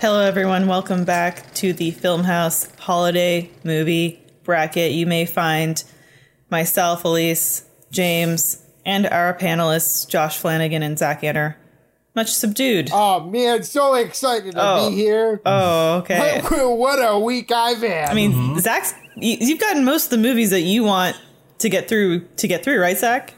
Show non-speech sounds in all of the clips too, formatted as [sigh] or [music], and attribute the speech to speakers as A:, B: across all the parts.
A: Hello, everyone. Welcome back to the Film House Holiday Movie Bracket. You may find myself, Elise, James, and our panelists, Josh Flanagan and Zach Anner, much subdued.
B: Oh man, so excited to
A: Oh.
B: be here.
A: Oh, okay.
B: [laughs] what a week I've had.
A: I mean, Zach's, you- you've gotten most of the movies that you want to get through, to get through, right, Zach?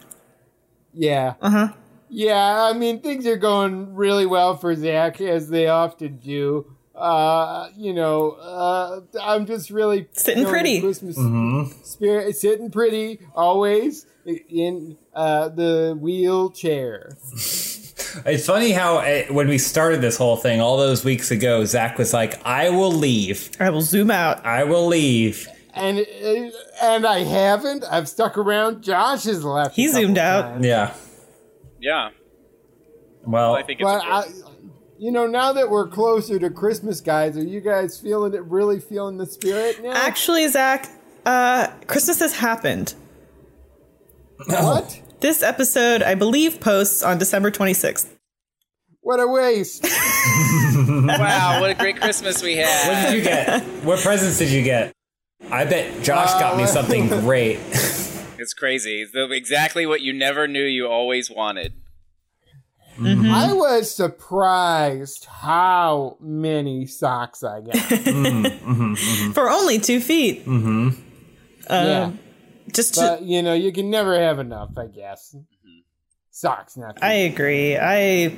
B: yeah. Uh
A: uh-huh.
B: huh. Yeah, I mean things are going really well for Zach as they often do. Uh, you know, uh, I'm just really
A: Sitting
B: feeling the
A: pretty.
B: Christmas spirit, sitting pretty always in uh, the wheelchair.
C: It's funny how uh when we started this whole thing all those weeks ago, Zach was like, "I will leave.
A: I will zoom out.
C: I will leave."
B: And uh, and I haven't. I've stuck around. Josh has left. a
A: He zoomed
B: couple
A: out.
B: times.
C: Yeah.
D: Yeah,
C: Well,
D: I think it's.
B: But
D: important.
B: I, you know, now that we're closer to Christmas, guys, are you guys feeling it? Really feeling the spirit now?
A: Actually, Zach, uh, Christmas has happened.
B: what?
A: This episode, I believe, posts on December 26th.
B: What a waste!
C: [laughs]
D: [laughs] wow, what a great Christmas we
C: what
D: had!
C: did you
D: [laughs]
C: get? what presents did you get? I bet Josh got
B: Uh, [laughs]
C: me something great.
D: It's crazy. It's the- exactly what you never knew you always wanted.
A: Mm-hmm.
B: I was surprised how many socks I
A: [laughs] Um,
B: got.
A: for only two feet.
B: yeah,
A: Just, to,
B: but you know, you can never have enough. I guess socks. Not
A: I agree. I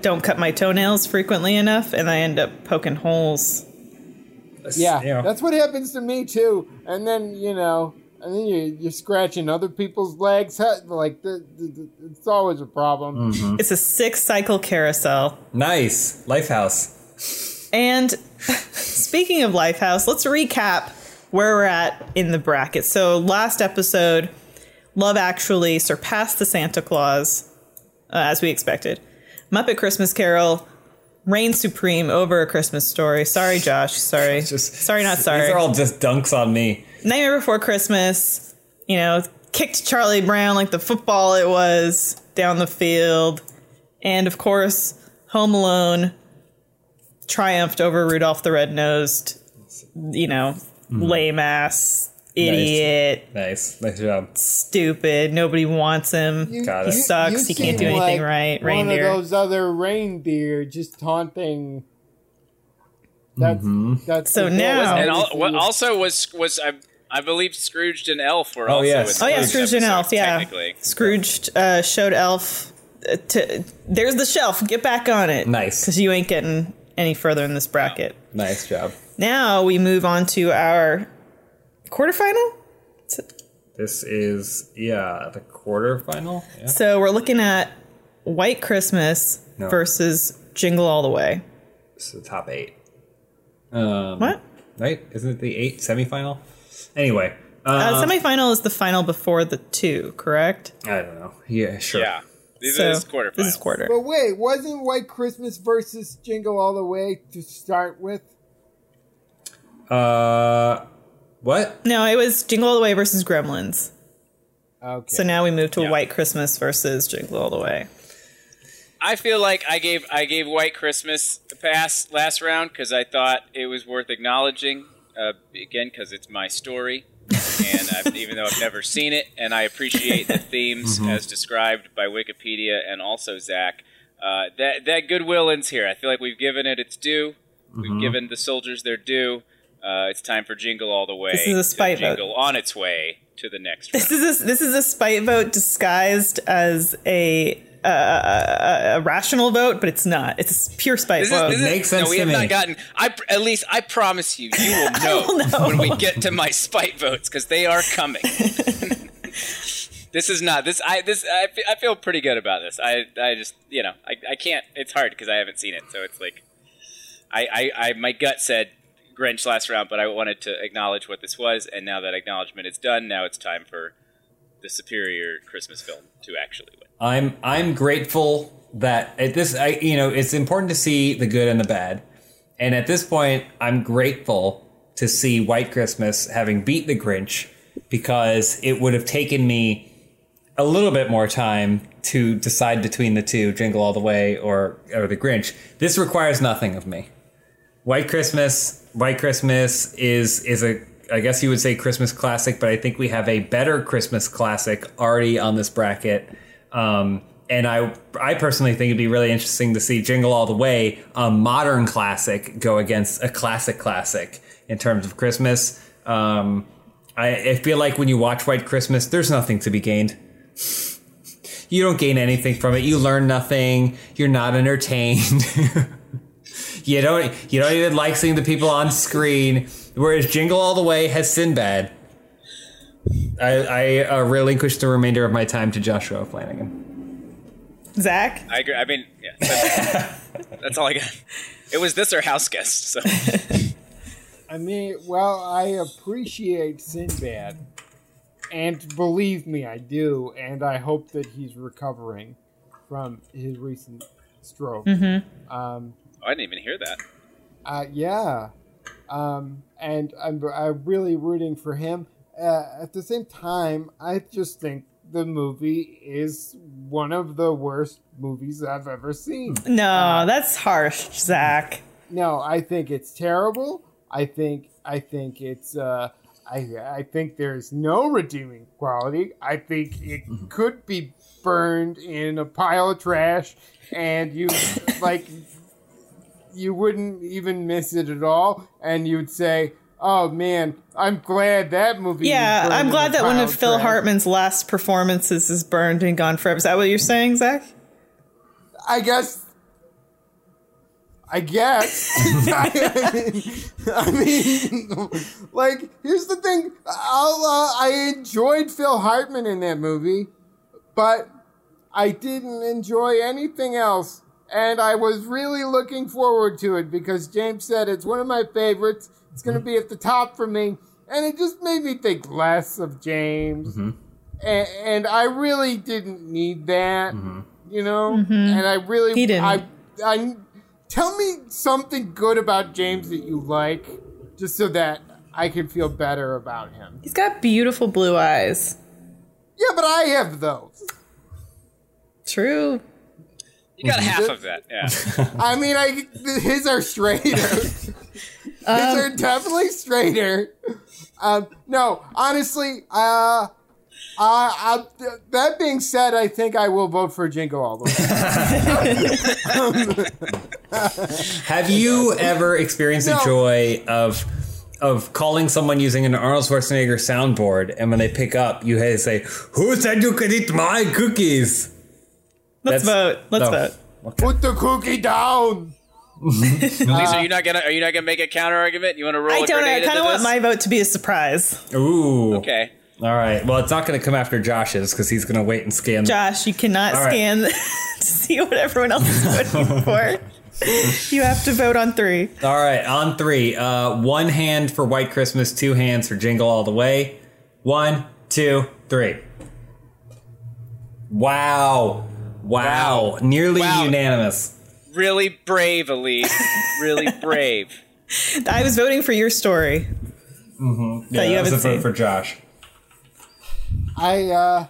A: don't cut my toenails frequently enough, and I end up poking holes.
C: Mm-hmm.
B: yeah,
C: [laughs] You know,
B: that's what happens to me too. And then you know, and then you're you're scratching other people's legs. Huh, Like the, the, the- it's always a problem.
A: It's a six cycle carousel.
C: nice lifehouse.
A: And [laughs] speaking of Lifehouse, let's recap where we're at in the bracket. So last episode, Love Actually surpassed the Santa Claus, uh, as we expected. Muppet Christmas Carol reigned supreme over A Christmas Story. Sorry, Josh. Sorry.
C: [laughs] Just
A: sorry, not sorry.
C: These are all just dunks on me.
A: Nightmare Before Christmas, you know, kicked Charlie Brown like the football it was down the field. And of course, Home Alone triumphed over Rudolph the Red-Nosed, you know, lame ass, idiot,
C: Nice, nice job.
A: stupid, nobody wants him.
B: You-
C: Got it.
B: you-
C: He
A: sucks,
B: you
A: he can't
B: seem
A: do anything
B: like
A: right,
B: One
A: reindeer.
B: of those other reindeer just taunting. That's that's
A: So
B: the thing.
A: now-
D: And al- what also was was I, I believe Scrooged and Elf were
C: Oh,
D: also.
C: yes.
D: with
A: Oh yeah,
D: this
A: Scrooge and
D: episode,
A: Elf. Yeah,
D: technically.
A: Scrooge uh, showed Elf. uh, To, there's the shelf. Get back on it.
C: Nice.
A: because you ain't getting any further in this bracket.
C: Nice job.
A: Now we move on to our quarterfinal.
C: This is yeah the quarterfinal. Yeah.
A: So we're looking at White Christmas
C: No.
A: versus Jingle All the Way.
C: This is the top eight. Um,
A: What?
C: Right? Isn't it the eight semifinal? Anyway,
A: Uh,
C: uh,
A: semifinal is the final before the two, correct?
C: I don't know. Yeah, sure.
D: Yeah, these
A: So
D: are this quarterfinals.
A: This is quarter.
B: But wait, wasn't White Christmas versus Jingle All the Way to start with?
C: Uh, what?
A: No, it was Jingle All the Way versus Gremlins.
B: Okay.
A: So now we move to
D: Yeah.
A: White Christmas versus Jingle All the Way.
D: I feel like I gave I gave White Christmas the pass last round because I thought it was worth acknowledging uh, again because it's my story, and
A: [laughs]
D: I've, even though I've never seen it, and I appreciate the themes
A: Mm-hmm.
D: as described by Wikipedia and also Zach. Uh, that that goodwill ends here. I feel like we've given it its due.
A: Mm-hmm.
D: We've given the soldiers their due. Uh, it's time for Jingle All the Way.
A: This is a
D: to
A: spite vote.
D: Jingle on its way to the
A: [laughs]
D: next round.
A: This is a, this is a spite vote disguised as a uh, a rational vote, but it's not. It's pure spite
D: This is,
A: vote.
D: this is-
C: Makes sense
D: no, we
C: to
D: have
C: me.
D: not gotten. I pr- at least I promise you,
C: [laughs]
D: you will know,
A: will know.
D: when we get to my spite votes because they are
C: [laughs]
D: coming. this is not this. I this I, fe- I feel pretty good about this. I I just you know I, I can't. It's hard because I haven't seen it, so it's like I, I I my gut said Grinch last round, but I wanted to acknowledge what this was, and now that acknowledgement is done, now it's time for the superior Christmas film to actually win.
C: I'm I'm grateful that at this I you know it's important to see the good and the bad, and at this point I'm grateful to see White Christmas having beat the Grinch because it would have taken me a little bit more time to decide between the two, Jingle All the Way or or the Grinch. This requires nothing of me. White Christmas, White Christmas is is a I guess you would say Christmas classic, but I think we have a better Christmas classic already on this bracket. Um, and I I personally think it'd be really interesting to see Jingle All the Way, a modern classic, go against a classic classic in terms of Christmas. Um, I, I feel like when you watch White Christmas, there's nothing to be gained. You don't gain anything from it. You learn nothing. You're not entertained. [laughs] you don't you don't even like seeing the people on screen. Whereas Jingle All the Way has Sinbad. I, I uh, relinquish the remainder of my time to Joshua Flanagan.
A: [laughs] Zach?
D: I agree. I mean, yeah,
C: [laughs]
D: that's, that's all I got. It was this or house guest. So
B: I mean, well, I appreciate Sinbad. And believe me, I do. And I hope that he's recovering from his recent stroke. Um,
D: I didn't even hear that.
B: uh, yeah. Um, and I'm, I'm really rooting for him. Uh, at the same time, I just think the movie is one of the worst movies I've ever seen.
D: Uh,
A: No, that's harsh, Zach.
B: No, I think it's terrible. I think I think it's uh, I I think there's no redeeming quality. I think it could be burned in a pile of trash, and you [laughs] like you wouldn't even miss it at all, and you'd say. Oh man, I'm glad that movie. was
A: Yeah,
B: burned in
A: I'm
B: a
A: glad that one
B: pile
A: of Phil
B: trash."
A: Hartman's last performances is burned and gone forever. Is that what you're saying, Zach?
B: I guess. I guess. [laughs] I, mean, I mean, like, here's the thing. I'll, uh, I enjoyed Phil Hartman in that movie, but I didn't enjoy anything else. And I was really looking forward to it because James said it's one of my favorites. It's going to be at the top for me. And it just made me think less of James and, and I really didn't need that, you know. And I really,
A: Mm-hmm. He didn't.
B: I, I, tell me something good about James that you like, just so that I can feel better about him.
A: He's got beautiful blue eyes.
B: Yeah, but I have those.
A: True.
D: You got half of that. [laughs]
A: [laughs]
D: Yeah.
B: I mean, I his are [laughs] straighter. his are definitely straighter. Um, no, honestly, uh, I, I, that being said, I think I will vote for Jingle All the Way.
C: Have you ever experienced the
B: No.
C: joy of of calling someone using an Arnold Schwarzenegger soundboard, and when they pick up, you hear say, "Who said you could eat my cookies?"
A: Let's
C: That's-
A: vote. Let's
C: No.
A: vote.
B: Put the cookie down.
D: Lisa, are you not gonna are you not gonna make a counter argument? You want to roll?
A: Uh, I
D: a
A: don't know. I
D: grenade
A: kind of
D: into
A: want
D: this?
A: my vote to be a surprise.
C: Ooh.
D: Okay.
C: All right. Well, it's not going to come after Josh's because he's going to wait and scan.
A: Josh, you cannot
C: All right.
A: scan [laughs] to see what everyone else is
C: [laughs]
A: voting for. you have to vote on three.
C: All right. On three. Uh, one hand for White Christmas. Two hands for Jingle All the Way. One, two, three. Wow. Wow. Nearly
D: Wow.
C: unanimous.
D: Really brave, Elise.
A: [laughs]
D: Really brave.
A: I was voting for your story.
C: Yeah,
A: you
C: that was a
A: haven't
C: vote
A: seen.
C: for Josh.
B: I, uh,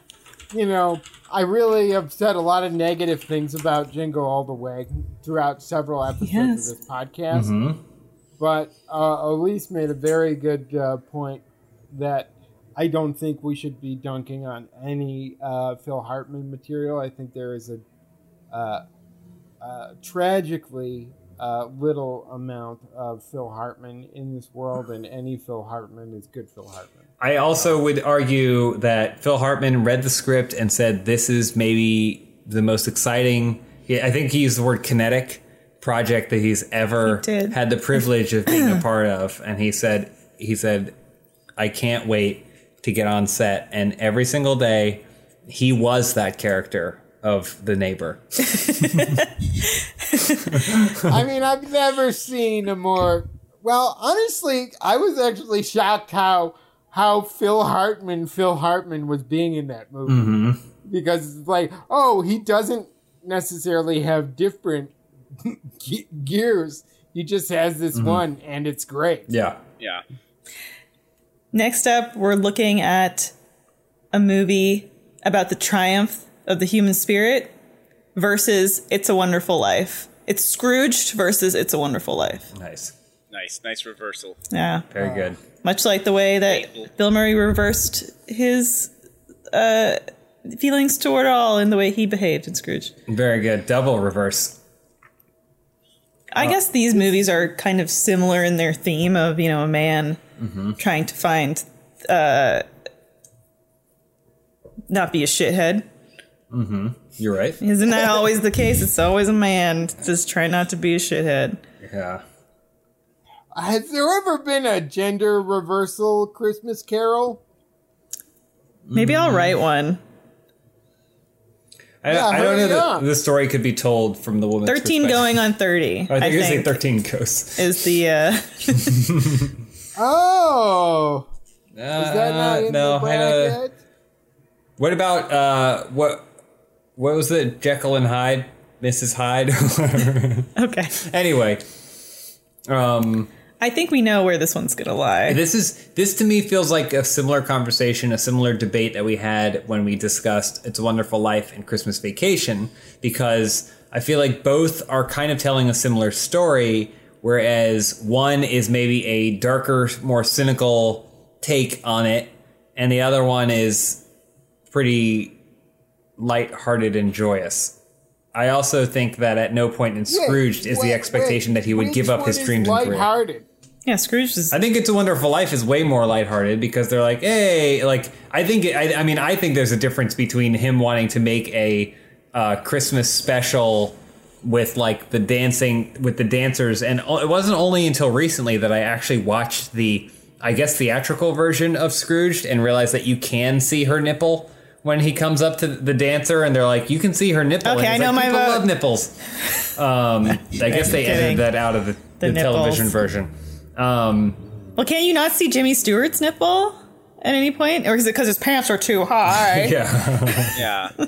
B: you know, I really have said a lot of negative things about Jingo all the way throughout several episodes
A: Yes.
B: of this podcast. But uh, Elise made a very good uh, point that I don't think we should be dunking on any uh, Phil Hartman material. I think there is a uh, uh, tragically uh, little amount of Phil Hartman in this world, and any Phil Hartman is good Phil Hartman.
C: I also would argue that Phil Hartman read the script and said, "This is maybe the most exciting." yeah, I think he used the word "kinetic" project that he's ever
A: He did.
C: had the privilege of being
A: [clears throat]
C: a part of, and he said, "He said, I can't wait to get on set." And every single day, he was that character of the neighbor.
B: I mean, I've never seen a more well. Honestly, I was actually shocked how how Phil Hartman, Phil Hartman was being in that movie
C: Mm-hmm.
B: because it's like, oh, he doesn't necessarily have different [laughs] ge- gears. He just has this one, and it's great.
C: Mm-hmm. Yeah.
D: Yeah.
A: Next up, we're looking at a movie about the triumph of the human spirit versus It's a Wonderful Life. It's Scrooged versus It's a Wonderful Life.
C: Nice.
D: Nice, nice reversal.
A: Yeah.
C: Very good.
A: Much like the way that Bill Murray reversed his uh, feelings toward all in the way he behaved in Scrooge.
C: Very good. Double reverse.
A: I guess these movies are kind of similar in their theme of, you know, a man trying to find, uh, not be a shithead.
C: You're right.
A: Isn't that always the case? It's always a man just trying not to be a shithead.
C: Yeah.
B: Has there ever been a gender reversal Christmas Carol?
A: Maybe I'll
C: Mm-hmm.
A: write one.
C: I,
B: Yeah,
C: I don't
B: hurry
C: know that
B: up.
C: the story could be told from the woman's
A: 13
C: perspective.
A: going on 30,
C: I
A: I
C: think,
A: think,
C: you're saying 13 ghosts.
A: is the, uh, [laughs]
B: Oh, is that not in
C: Uh, no,
B: the
C: I know.
B: bracket?
C: What about uh, what? What was it? Jekyll and Hyde, Mrs. Hyde. [laughs]
A: okay.
C: anyway, um,
A: I think we know where this one's going to lie.
C: this is this to me feels like a similar conversation, a similar debate that we had when we discussed "It's a Wonderful Life" and "Christmas Vacation," because I feel like both are kind of telling a similar story, whereas one is maybe a darker, more cynical take on it, and the other one is pretty light-hearted and joyous. I also think that at no point in
B: Wait,
C: Scrooge is
B: wait,
C: the expectation
B: wait.
C: that he would
B: Which
C: give up
B: one
C: his
B: is
C: dreams and career.
B: lighthearted?
A: Yeah, Scrooge is.
C: I think It's a Wonderful Life is way more lighthearted because they're like, hey, like I think I, I mean I think there's a difference between him wanting to make a uh, Christmas special with like the dancing with the dancers, and o- it wasn't only until recently that I actually watched the I guess theatrical version of Scrooged and realized that you can see her nipple when he comes up to the dancer, and they're like, you can see her nipple.
A: Okay,
C: and
A: I
C: he's
A: know
C: like,
A: my
C: People
A: vote.
C: love nipples.
A: [laughs]
C: Um, I guess they
A: kidding.
C: edited that out of the, the,
A: nipples.
C: television version. Um,
A: Well, can't you not see Jimmy Stewart's nipple at any point? Or is it because his pants are too high?
C: [laughs] yeah.
D: [laughs] Yeah,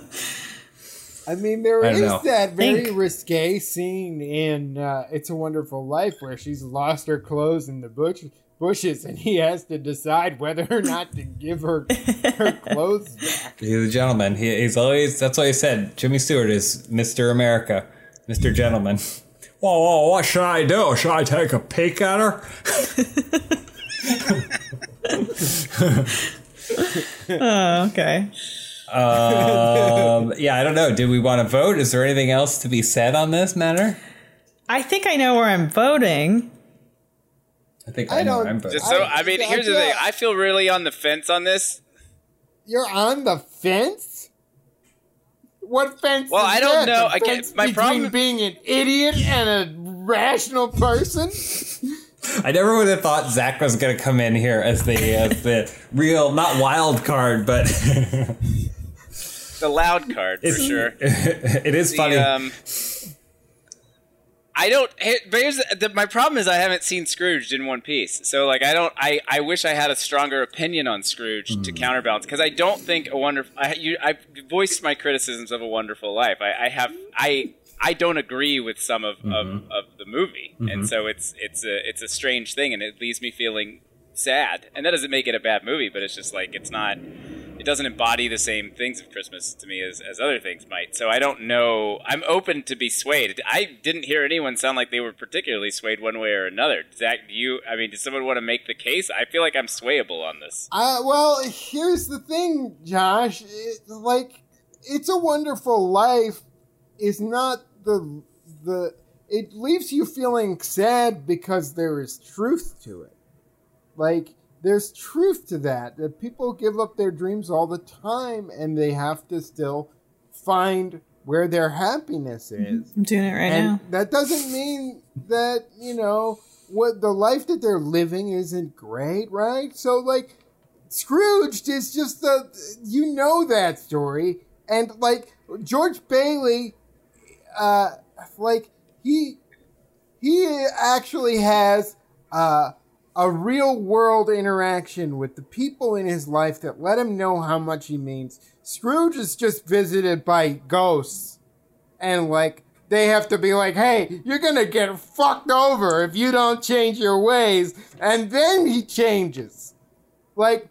B: I mean, there
C: I don't
B: is
C: know.
B: that very
A: Think.
B: risque scene in uh, "It's a Wonderful Life" where she's lost her clothes in the bush, bushes, and he has to decide whether or not to give her
C: [laughs]
B: her clothes back.
C: He's a gentleman. He, he's always. That's why he said Jimmy Stewart is Mister America, Mister Gentleman. Whoa, whoa! What should I do? Should I take a peek at her?
A: Oh, okay.
C: Um, yeah, I don't know. Did we want to vote? Is there anything else to be said on this matter?
A: I think I know where I'm voting.
C: I think
B: I
C: I, know.
B: don't-
C: I'm voting.
D: just so
B: I-
D: I, mean,
B: I
D: here's the
B: feel-
D: thing. I feel really on the fence on this.
B: You're on the fence. What fence?
D: Well,
B: is
D: I don't
B: that?
D: know.
B: The
D: I can't-
B: fence
D: my
B: between
D: problem-
B: being an idiot and a rational person.
C: I never would have thought Zach was going to come in here as the as the real, not wild card, [laughs] but
D: The loud card for
C: It's-
D: sure.
C: it is funny.
D: The, um, I don't. he- But here's the, my problem is I haven't seen Scrooged in one piece. So like I don't. I, I wish I had a stronger opinion on Scrooge to counterbalance because I don't think a wonderful. I you I voiced my criticisms of a Wonderful Life. I, I have I. I don't agree with some of, of, of the movie, and so it's it's a it's a strange thing, and it leaves me feeling sad. And that doesn't make it a bad movie, but it's just like it's not it doesn't embody the same things of Christmas to me as, as other things might. So I don't know. I'm open to be swayed. I didn't hear anyone sound like they were particularly swayed one way or another. Zach, do you, I mean, does someone want to make the case? I feel like I'm swayable on this.
B: Uh, well, here's the thing, Josh. It, like, it's a wonderful life. Is not the the it leaves you feeling sad because there is truth to it. Like, there's truth to that. That people give up their dreams all the time, and they have to still find where their happiness is.
A: I'm doing it right
B: And
A: now.
B: that doesn't mean that, you know, what the life that they're living isn't great, right? So like Scrooged is just the you know that story. And like George Bailey uh like he he actually has uh a real world interaction with the people in his life that let him know how much he means. Scrooge is just visited by ghosts and like they have to be like, "Hey, you're gonna get fucked over if you don't change your ways." And then he changes. Like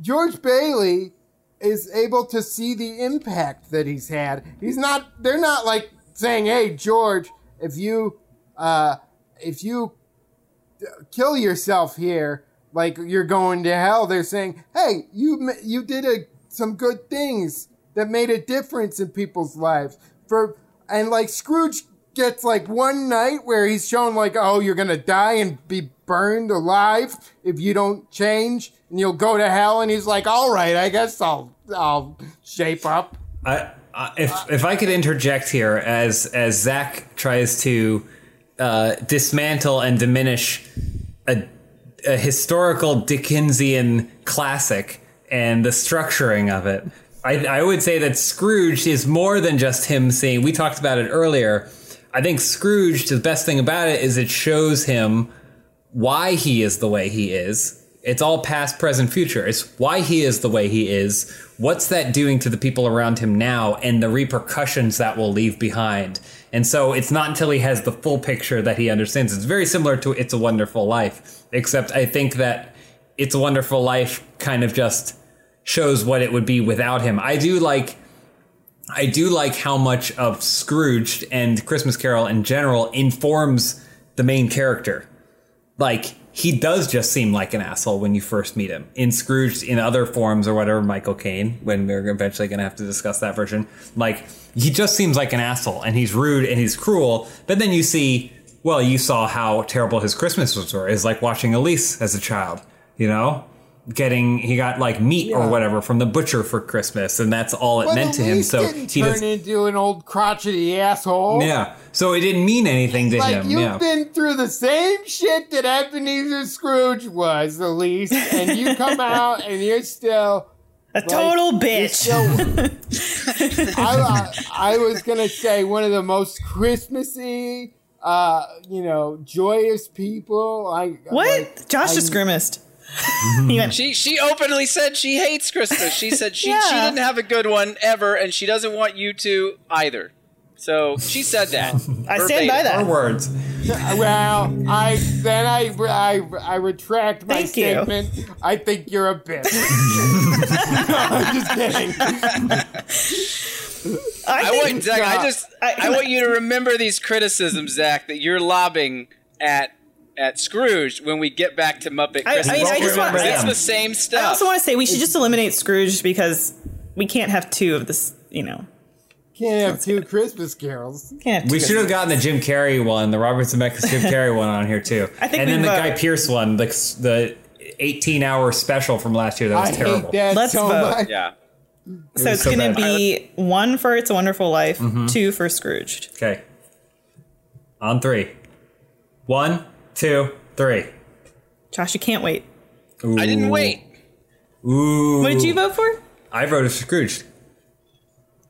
B: George Bailey is able to see the impact that he's had. He's not. They're not like saying, "Hey, George, if you, uh, if you kill yourself here, like you're going to hell. They're saying, hey, you ma- you did a, some good things that made a difference in people's lives. For and like Scrooge gets like one night where he's shown like, oh, you're gonna die and be burned alive if you don't change, and you'll go to hell. And he's like, all right, I guess I'll I'll shape up.
C: I, I, if if I could interject here, as as Zach tries to uh, dismantle and diminish a, a historical Dickensian classic and the structuring of it, I, I would say that Scrooge is more than just him seeing. We talked about it earlier. I think Scrooge, the best thing about it is it shows him why he is the way he is. It's all past, present, future. It's why he is the way he is. What's that doing to the people around him now and the repercussions that will leave behind? And so it's not until he has the full picture that he understands. It's very similar to It's a Wonderful Life, except I think that It's a Wonderful Life kind of just shows what it would be without him. I do like I do like how much of Scrooge and Christmas Carol in general informs the main character. Like he does just seem like an asshole when you first meet him in Scrooge in other forms or whatever Michael Caine when we're eventually going to have to discuss that version. Like he just seems like an asshole and he's rude and he's cruel. But then you see, well, you saw how terrible his Christmases were. Is like watching Elise as a child, you know. Getting he got like meat
B: Yeah.
C: or whatever from the butcher for Christmas, and that's all it
B: But
C: meant
B: at
C: to him.
B: least
C: So
B: didn't
C: he
B: turn
C: just
B: into an old crotchety asshole.
C: Yeah. So it didn't mean anything to
B: Like
C: him.
B: you've
C: Yeah.
B: been through the same shit that Ebenezer Scrooge was, Elise, and
A: [laughs]
B: you come out and you're still
A: A total bitch. [laughs]
B: still. I, I was gonna say one of the most Christmassy, uh, you know, joyous people. I
A: What?
B: like,
A: Josh just grimaced. he went,
D: She she openly said she hates Christmas. She said she she
A: Yeah.
D: didn't have a good one ever, and she doesn't want you to either. So she said that.
A: I stand by
D: Verbatim.
C: Our
A: that.
C: words.
B: well, I then I I, I retract my
A: Thank you.
B: statement. I think you're
A: [laughs]
B: a bitch. [laughs] No, I'm just kidding.
A: I
D: I
A: think
D: want Zach. I just
A: I-
D: I, want you to remember these criticisms, Zach, that you're lobbing at at Scrooge when we get back to Muppet
A: I- I-
D: Christmas.
A: I just want-
D: Because it's
C: I-
D: the same
A: I
D: stuff.
A: also want to say we should just eliminate Scrooge because we can't have two of this. You know,
B: Can't have two Christmas carols.
A: can't. Have two
C: We should have gotten the Jim Carrey one, the Robert Zemeckis Jim Carrey one on here too.
A: I think
C: and
A: we
C: then the
A: vote.
C: Guy Pierce one, the the 18 hour special from last year that was
B: I
C: terrible.
B: hate that
A: Let's
B: so
A: vote.
B: much.
D: yeah.
A: So it's
C: so
A: going
C: bad. Mm-hmm.
A: to be one for It's a Wonderful Life, two for Scrooged.
C: Okay. On three. One, two, three.
A: Josh, you can't wait.
D: I didn't wait.
C: Ooh.
A: What did you vote for?
C: I voted Scrooge.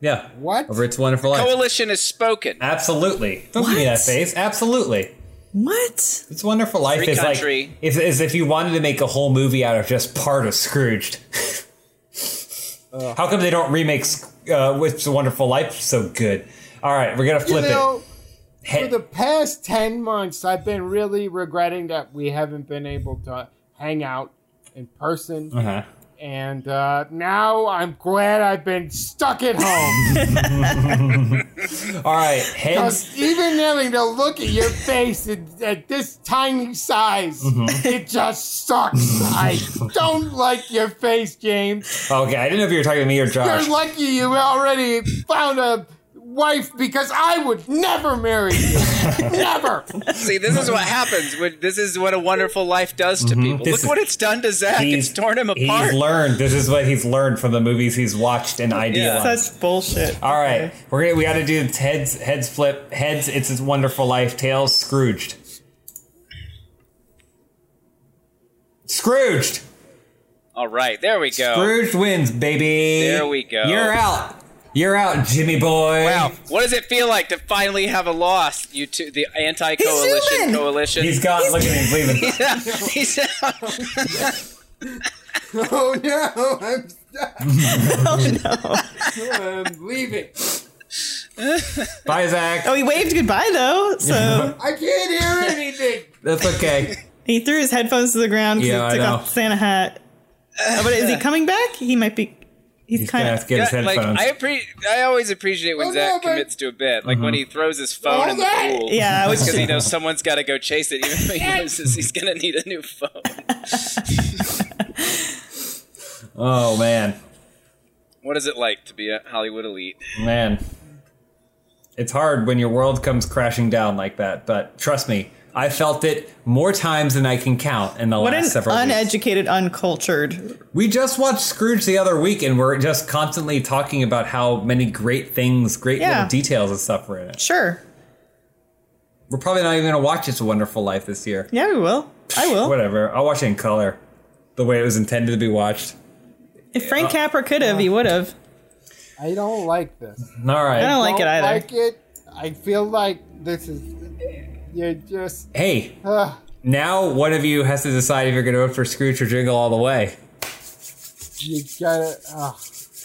C: Yeah.
B: What?
C: Over It's a Wonderful Life.
D: Coalition has spoken.
C: Absolutely. Don't give me
A: What?
C: that face. Absolutely.
A: What?
C: It's a Wonderful Life
D: Free
C: is
D: country.
C: like is, is if you wanted to make a whole movie out of just part of [laughs] Scrooged. How come they don't remake Sc- uh, It's a Wonderful Life so good? All right, we're gonna
B: You
C: flip
B: know,
C: it. Hey,
B: for the past 10 months, I've been really regretting that we haven't been able to hang out in person.
C: uh-huh.
B: And uh, now I'm glad I've been stuck at
C: [laughs]
B: home.
C: All right, heads.
B: 'Cause even having to look at your face at, at this tiny size,
C: Mm-hmm.
B: it just
C: [laughs]
B: sucks. I don't like your face, James.
C: Okay, I didn't know if you were talking to me or Josh.
B: You're lucky you already found a wife because I would never marry
C: [laughs]
B: you. never.
D: See, this is what happens. When, this is what a wonderful life does to people.
C: Mm-hmm. This
D: Look
C: is-
D: what it's done to Zach. It's [laughs] torn him apart.
C: He's learned. This is what he's learned from the movies he's watched and idealized.
A: Such
C: [laughs]
A: bullshit.
C: All right, we're gonna, we got to do the heads. Heads flip. Heads. It's a Wonderful Life. Tails. Scrooged. Scrooged.
D: All right, there we go.
C: Scrooged wins, baby.
D: There we go.
C: You're out. You're out, Jimmy boy.
D: Wow, what does it feel like to finally have a loss? You two, the anti-coalition
A: human!
D: coalition.
C: He's gone. Look at him. He's leaving.
A: [laughs]
D: [laughs] He's out.
B: Oh no, I'm stuck.
A: Oh,
B: I'm leaving.
C: Bye, Zach.
A: no. Oh, He waved goodbye, though. So
B: I can't hear anything.
C: That's
A: [laughs]
C: okay.
A: he threw his headphones to the ground because
C: Yeah, I [sighs]
A: he took
C: know.
A: off the Santa hat. Oh, but is he coming back? He might be. He's,
C: He's
A: kind
C: gonna
A: of
C: have to get his
D: Yeah, like
C: headphones.
D: I appre- I always appreciate when
B: Oh,
D: Zach
B: no, but-
D: commits to a bit, like
C: Mm-hmm.
D: when he throws his phone in the
B: Okay.
D: pool.
A: [laughs] Yeah, I
C: [laughs]
A: was
D: because he knows someone's got to go chase it, even if he loses, he's gonna need a new phone.
C: oh man,
D: What is it like to be a Hollywood elite?
C: man, it's hard when your world comes crashing down like that. But trust me, I felt it more times than I can count in the
A: what
C: last
A: an
C: several weeks.
A: uneducated, uncultured.
C: We just watched Scrooge the other week, and we're just constantly talking about how many great things, great
A: Yeah.
C: little details and stuff were in it.
A: Sure.
C: We're probably not even going to watch It's a Wonderful Life this year.
A: Yeah, we will. I will.
C: Whatever. I'll watch it in color, the way it was intended to be watched.
A: If Frank Capra could have, he would have.
B: [laughs] I don't like this.
C: All right.
A: I don't like it either.
B: Like it. I feel like this is. You're just.
C: hey,
B: Uh,
C: now one of you has to decide if you're going to vote for Scrooge or Jingle All the Way.
B: you gotta. Uh,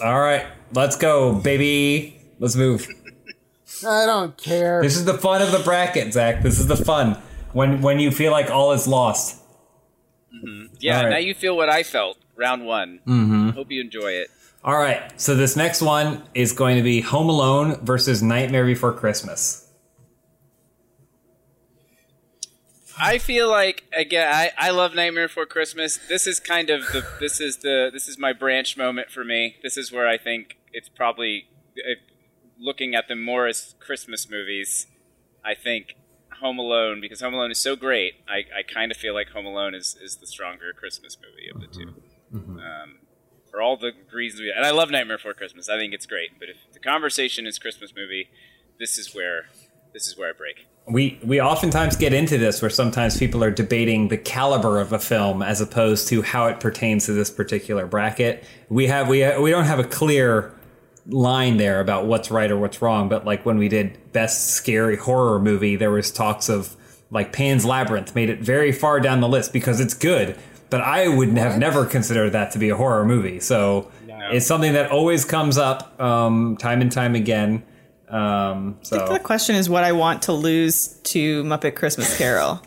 C: All right, let's go, baby. Let's move.
B: I don't care.
C: This is the fun of the bracket, Zach. This is the fun when when you feel like all is lost.
D: Yeah,
C: All right.
D: now you feel what I felt round one. Mm-hmm. Hope you enjoy it.
C: All right, so this next one is going to be Home Alone versus Nightmare Before Christmas.
D: I feel like again, I, I love Nightmare Before Christmas. This is kind of the this is the this is my branch moment for me. This is where I think it's probably if looking at them more as Christmas movies. I think Home Alone because Home Alone is so great. I, I kind of feel like Home Alone is is the stronger Christmas movie of the 2 Um, for all the reasons we and I love Nightmare Before Christmas. I think it's great. But if the conversation is Christmas movie, this is where this is where I break.
C: We we oftentimes get into this where sometimes people are debating the caliber of a film as opposed to how it pertains to this particular bracket. We have we we don't have a clear line there about what's right or what's wrong, but like when we did best scary horror movie, there was talks of like Pan's Labyrinth made it very far down the list because it's good, but I would have never considered that to be a horror movie. So it's something that always comes up um, time and time again. Um, so
A: The question is what I want to lose to Muppet Christmas Carol.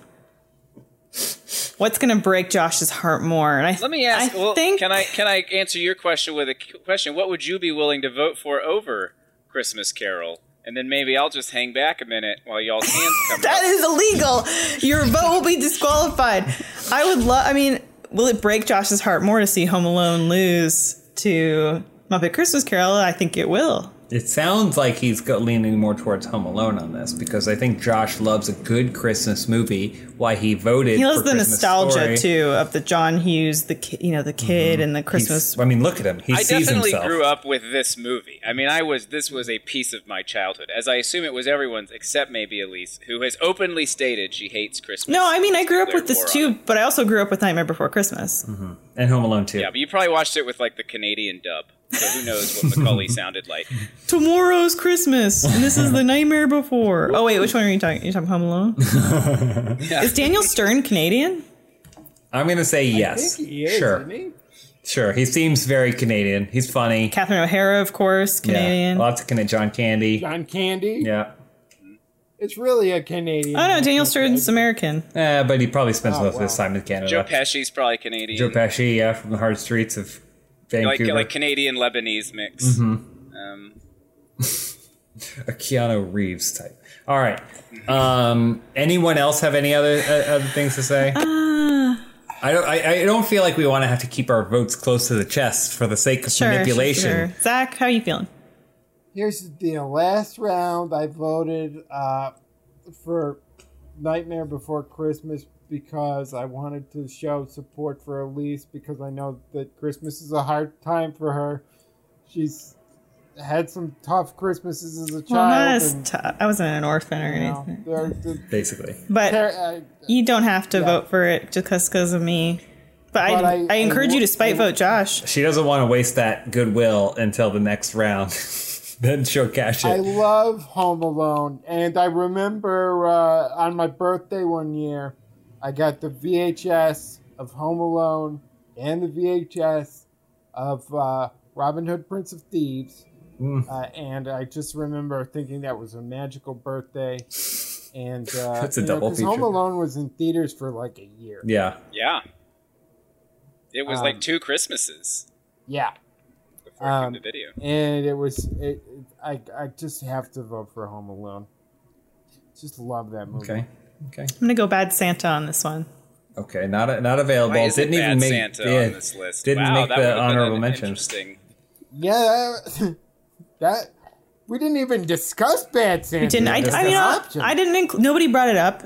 A: What's going to break Josh's heart more? And I
D: Let me ask.
A: I
D: well,
A: think
D: can I can I answer your question with a c- question? What would you be willing to vote for over Christmas Carol? And then maybe I'll just hang back a minute while y'all's hands
A: [laughs]
D: come
A: that
D: up.
A: is illegal. Your vote will be disqualified. I would love. I mean, will it break Josh's heart more to see Home Alone lose to Muppet Christmas Carol? I think it will.
C: It sounds like he's go- leaning more towards Home Alone on this because I think Josh loves a good Christmas movie. Why he voted?
A: He loves
C: for
A: the
C: Christmas
A: nostalgia
C: Story.
A: too of the John Hughes, the ki- you know the kid and the
C: He's-
A: Christmas.
C: I mean, look at him. He
D: I
C: sees
D: definitely
C: himself.
D: grew up with this movie. I mean, I was this was a piece of my childhood, as I assume it was everyone's, except maybe Elise, who has openly stated she hates Christmas.
A: no, I mean I grew up with this
D: Declared war on
A: too, but I also grew up with Nightmare Before Christmas.
C: Hmm. and Home Alone too.
D: it. Yeah, but you probably watched it with like the Canadian dub, so who knows what
C: [laughs]
D: Macaulay sounded like?
A: Tomorrow's Christmas, and this is the Nightmare Before. Oh wait, which one are you talking? You talking Home Alone?
C: [laughs]
A: Is Daniel Stern Canadian?
C: I'm gonna say yes.
B: he is,
C: sure,
B: isn't he?
C: sure. He seems very Canadian. He's funny.
A: Catherine O'Hara, of course,
C: Yeah.
A: Canadian.
C: Lots of Canadian. John Candy.
B: John Candy.
C: Yeah.
B: It's really a Canadian.
A: Oh no, Daniel Stern's American.
C: Eh, but he probably spends
B: Oh,
C: most of his
B: wow.
C: time in Canada.
D: Joe Pesci's probably Canadian.
C: Joe Pesci, yeah, from the hard streets of
D: like
C: Vancouver.
D: like Canadian Lebanese mix.
C: Mm-hmm.
D: Um,
C: a Keanu Reeves type. All right. Um, anyone else have any other uh, other things to say? I don't. I, I don't feel like we want to have to keep our votes close to the chest for the sake of
A: Sure,
C: manipulation.
A: Sure, sure. Zach, how you feeling?
B: Here's the deal. Last round, I voted uh, for Nightmare Before Christmas because I wanted to show support for Elise because I know that Christmas is a hard time for her. She's had some tough Christmases as a child.
A: Well, not as
B: and,
A: tough. I wasn't an orphan or
B: you know,
A: anything,
B: they're- uh, they're-
C: Basically,
A: but
B: they're- I-
A: you don't have to vote for it just because of me. But,
B: But
A: I, I,
B: I-
A: encourage
B: I
A: you to
B: would-
A: spite
B: I would-
A: vote Josh.
C: she doesn't want to waste that goodwill until the next round. [laughs] then she'll cash
B: I
C: it.
B: love Home Alone, and I remember uh, on my birthday one year, I got the VHS of Home Alone and the VHS of uh, Robin Hood, Prince of Thieves,
C: Mm,
B: uh, and I just remember thinking that was a magical birthday. And uh,
C: [laughs] That's a
B: you know,
C: double
B: 'cause
C: feature.
B: Home Alone was in theaters for like a year.
C: yeah.
D: yeah, it was
B: Um,
D: like two Christmases
B: Yeah,
D: before I
B: Um,
D: came to video.
B: and it was it, it- I I just have to vote for Home Alone. Just love that movie.
C: Okay. Okay.
A: I'm gonna go bad Santa on this one.
C: Okay. Not not available.
D: Why isn't
C: Didn't even
D: Bad
C: make
D: Santa
C: yeah,
D: on this list?
C: Didn't
D: wow,
C: make
D: that
C: the
D: would've been
C: honorable
D: an
C: mentions.
D: Interesting.
B: Yeah, that, [laughs] that- we didn't even discuss Bad Santa.
A: We didn't. I,
C: That's
A: I mean,
B: an
A: I,
B: option.
A: I didn't. Inc- nobody brought it up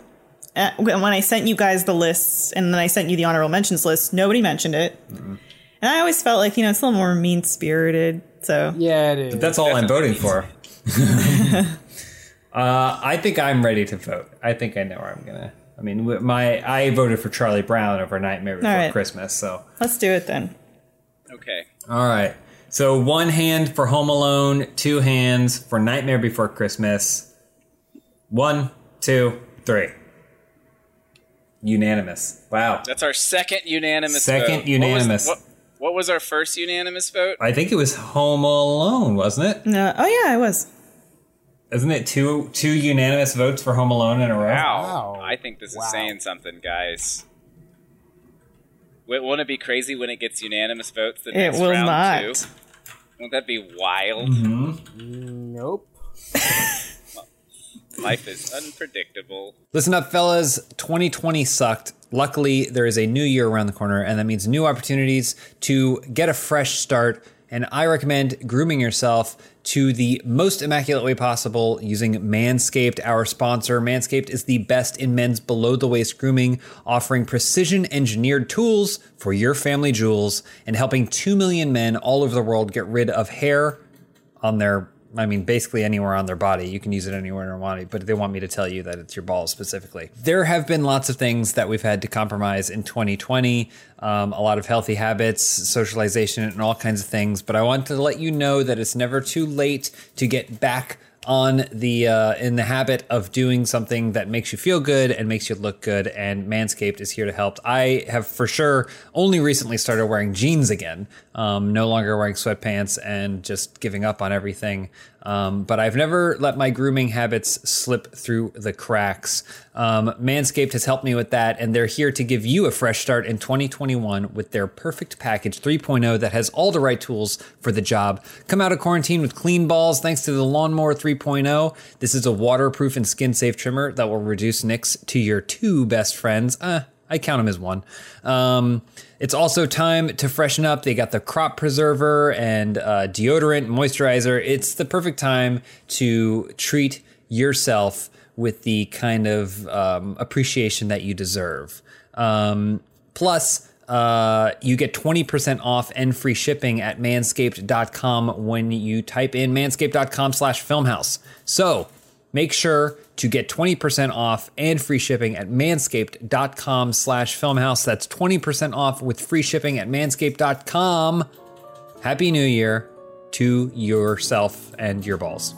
A: uh, when I sent you guys the lists, and then I sent you the honorable mentions list. Nobody mentioned it, and I always felt like you know it's a little more mean spirited. So
B: Yeah, it is.
C: That's all I'm voting
D: Definitely.
C: for. [laughs] uh, I think I'm ready to vote. I think I know where I'm gonna. I mean, wi- my I voted for Charlie Brown over Nightmare Before
A: right.
C: Christmas. So
A: let's do it then.
D: Okay.
C: all right. So one hand for Home Alone, two hands for Nightmare Before Christmas. One, two, three. Unanimous. Wow.
D: That's our second unanimous
C: Second
D: vote.
C: unanimous.
D: What was, what, what was our first unanimous vote?
C: I think it was Home Alone, wasn't it?
A: No, oh yeah, I was.
C: Isn't it two two unanimous votes for Home Alone in a row?
D: Wow.
B: Wow.
D: I think this is
B: Wow.
D: saying something, guys. Wait, won't it be crazy when it gets unanimous votes? The
A: It
D: next
A: will
D: round,
A: not.
D: Too? Won't that be wild?
C: Mm-hmm.
B: nope.
D: Life is unpredictable.
C: Listen up, fellas. 2020 sucked. Luckily, there is a new year around the corner, and that means new opportunities to get a fresh start. And I recommend grooming yourself to the most immaculate way possible using Manscaped, our sponsor. Manscaped is the best in men's below the waist grooming, offering precision engineered tools for your family jewels and helping 2 million men all over the world get rid of hair on their I mean, basically anywhere on their body. You can use it anywhere in your body, but they want me to tell you that it's your balls specifically. There have been lots of things that we've had to compromise in 2020, um, a lot of healthy habits, socialization, and all kinds of things. But I want to let you know that it's never too late to get back on the uh, in the habit of doing something that makes you feel good and makes you look good and manscaped is here to help i have for sure only recently started wearing jeans again um, no longer wearing sweatpants and just giving up on everything um, but i've never let my grooming habits slip through the cracks um, manscaped has helped me with that and they're here to give you a fresh start in 2021 with their perfect package 3.0 that has all the right tools for the job come out of quarantine with clean balls thanks to the Lawnmower 3.0. This is a waterproof and skin safe trimmer that will reduce nicks to your two best friends. Uh, I count them as one. Um, it's also time to freshen up. They got the crop preserver and uh, deodorant, moisturizer. It's the perfect time to treat yourself with the kind of um, appreciation that you deserve. Um, plus, uh, you get 20% off and free shipping at manscaped.com when you type in manscaped.com slash filmhouse. So make sure to get 20% off and free shipping at manscaped.com slash filmhouse. That's 20% off with free shipping at manscaped.com. Happy New Year to yourself and your balls.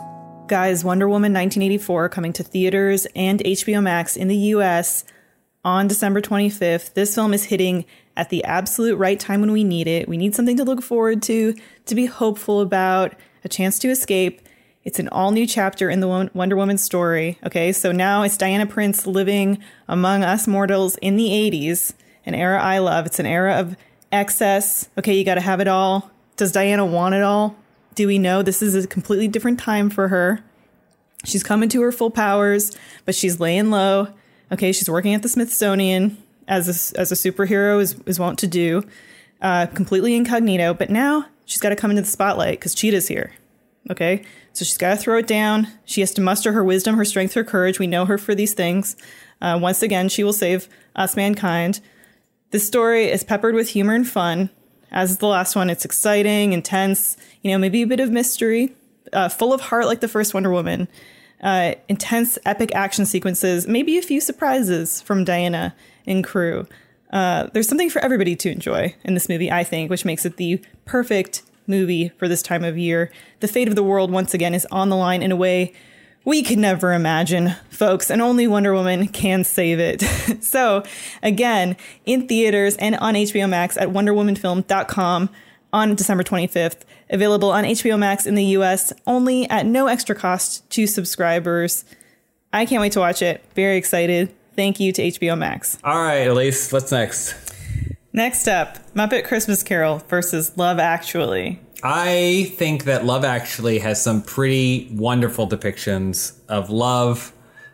A: Guys, Wonder Woman 1984 coming to theaters and HBO Max in the US on December 25th. This film is hitting at the absolute right time when we need it. We need something to look forward to, to be hopeful about, a chance to escape. It's an all new chapter in the Wo- Wonder Woman story. Okay, so now it's Diana Prince living among us mortals in the 80s, an era I love. It's an era of excess. Okay, you got to have it all. Does Diana want it all? Do we know this is a completely different time for her? She's coming to her full powers, but she's laying low. Okay, she's working at the Smithsonian as a, as a superhero is, is wont to do, uh, completely incognito. But now she's got to come into the spotlight because Cheetah's here. Okay, so she's got to throw it down. She has to muster her wisdom, her strength, her courage. We know her for these things. Uh, once again, she will save us, mankind. This story is peppered with humor and fun. As is the last one, it's exciting, intense, you know, maybe a bit of mystery, uh, full of heart like the first Wonder Woman. Uh, intense, epic action sequences, maybe a few surprises from Diana and crew. Uh, there's something for everybody to enjoy in this movie, I think, which makes it the perfect movie for this time of year. The fate of the world, once again, is on the line in a way we could never imagine, folks, and only Wonder Woman can save it. [laughs] so, again, in theaters and on HBO Max at wonderwomanfilm.com on December 25th, available on HBO Max in the US only at no extra cost to subscribers. I can't wait to watch it. Very excited. Thank you to HBO Max.
C: All right, Elise, what's next?
A: Next up, Muppet Christmas Carol versus Love Actually.
C: I think that Love Actually has some pretty wonderful depictions of love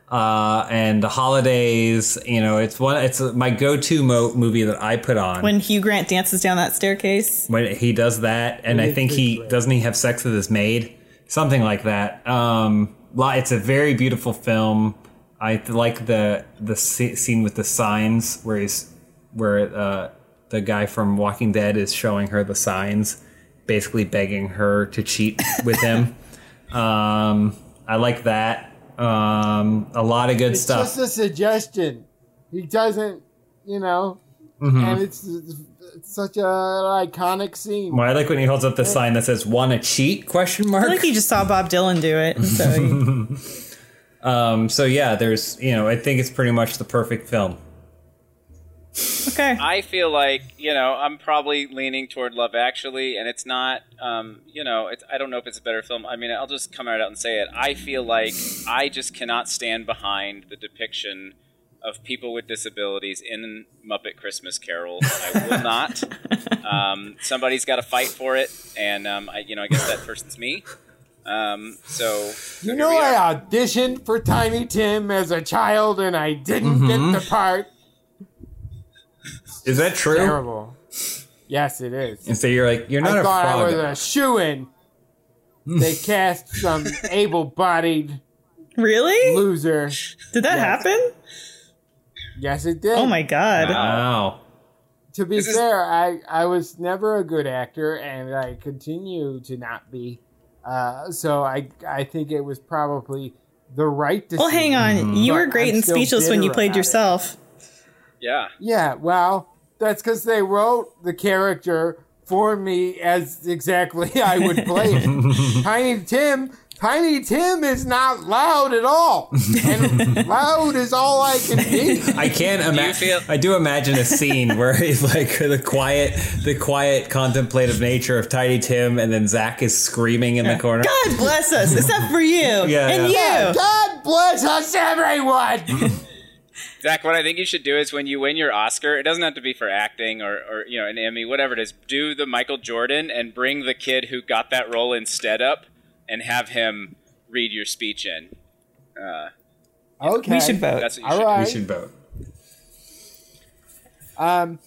C: uh, and the holidays. You know, it's one. It's my go-to mo- movie that I put on when,
A: When Hugh Grant dances down that staircase,
C: he does that, and I think he doesn't he have sex with his maid, something like that. Um, li- it's a very beautiful film. I th- like the the sce- scene with the signs where he's where uh, the guy from Walking Dead is showing her the signs, basically begging her to cheat with
B: [laughs]
C: him. um, I like that. Um, a lot of good
B: It's
C: stuff.
B: just a suggestion. He doesn't, you know,
C: Mm-hmm.
B: and it's, it's such an iconic scene.
C: Well, I like when he holds up the sign that says "Want to cheat?" question
A: I feel
C: mark.
A: like you just saw Bob Dylan do it. and So he-
C: Um, so yeah, there's you know I think it's pretty much the perfect film.
A: okay,
D: I feel like you know I'm probably leaning toward Love Actually, and it's not. Um, you know, it's, I don't know if it's a better film. I mean, I'll just come right out and say it. I feel like I just cannot stand behind the depiction of people with disabilities in Muppet Christmas Carol. I will not. Um, somebody's got to fight for it, and um, I, you know, I guess that person's me. Um, so
B: You
D: so
B: know,
D: here we are.
B: I auditioned for Tiny Tim as a child and I didn't
C: Mm-hmm.
B: get the part.
C: Is that true?
B: Terrible. Yes, it is.
C: And so you're like you're not
B: I
C: a
B: thought I
C: frog.
B: was a shoe in.
C: [laughs]
B: They cast some able bodied
A: really?
B: loser.
A: Did that happen?
B: Yes, it did.
A: Oh my god!
C: wow.
B: to be
D: This is-
B: fair, I, I was never a good actor, and I continue to not be. Uh, so I I think it was probably the right decision.
A: Well, hang
D: Mm-hmm.
A: on. You
B: But
A: were great
B: I'm
A: and
B: still
A: speechless when
B: bitter
A: you played
B: about it.
A: yourself.
D: yeah.
B: Yeah, well, that's because they wrote the character for me as exactly [laughs] I would play
D: [laughs]
B: it. Tiny Tim. Tiny Tim is not loud at all,
D: [laughs]
B: and loud is all I
A: [laughs]
B: can be.
C: I [laughs] can't imagine.
D: feel-
C: I do imagine a scene where [laughs] he's like the quiet, the quiet, contemplative nature of Tiny Tim, and then Zach is screaming in the corner.
A: God bless us, except
D: [laughs]
A: for you and
B: Yeah,
A: you.
B: God bless us,
D: [laughs]
B: everyone.
D: Zach, what I think you should do is when you win your Oscar, it doesn't have to be for acting or, or you know an Emmy, whatever it is. Do the Michael Jordan and bring the kid who got that role instead up, and have him read your speech in. Uh,
B: Okay,
A: We should vote.
D: that's what
B: All
D: you should.
B: right.
C: We should vote.
B: Um,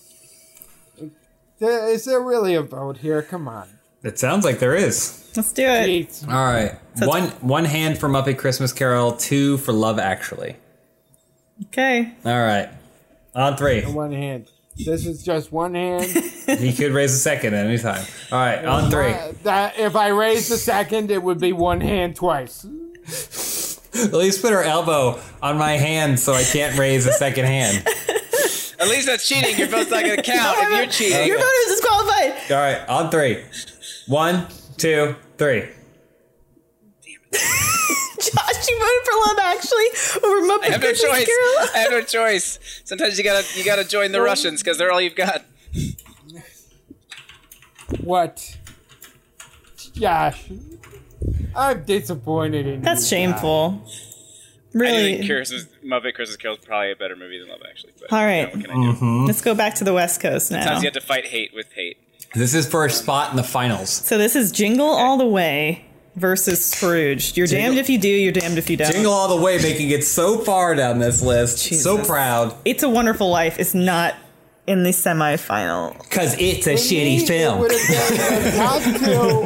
B: there, is there really a vote here? Come on.
C: It sounds like there is.
A: Let's do it.
B: Jeez.
C: All right, one one hand for Muppet Christmas Carol, two for Love Actually.
A: Okay.
C: All right, on three.
B: One hand. This is just one hand. [laughs]
C: He could raise a second at any time. All right, on three.
B: Uh, that, if I raise the second, it would be one hand twice.
C: At least put her elbow on my hand so I can't raise a second hand.
D: At least that's cheating. Your vote's not
A: [laughs]
D: going to count if you're cheating.
A: Your vote is disqualified. [laughs]
C: All right, on three. One, two, three.
A: Josh, you voted for Love Actually over Muppet
D: I have no
A: Christmas
D: choice.
A: Carol.
D: I have no choice. Sometimes you gotta you gotta join the Russians because they're all you've got.
B: What? Josh, I'm disappointed in
A: That's
B: you.
A: shameful.
D: I do think
A: Really.
D: Christmas, Muppet Christmas Carol is probably a better movie than Love Actually. But
A: All
D: you know,
A: right, Mm-hmm.
D: what can I do?
A: let's go back to the West Coast now.
D: Sometimes you have to fight hate with hate.
C: This is for a spot in the finals.
A: So this is Jingle All the Way versus Scrooge. You're damned if you do, you're damned if you don't.
C: Jingle all the way, making it so far down this list. So
A: Jesus.
C: proud
A: It's a Wonderful Life is not in the semifinal.
C: because it's a
B: Me,
C: shitty
B: it
C: film.
B: would've been- the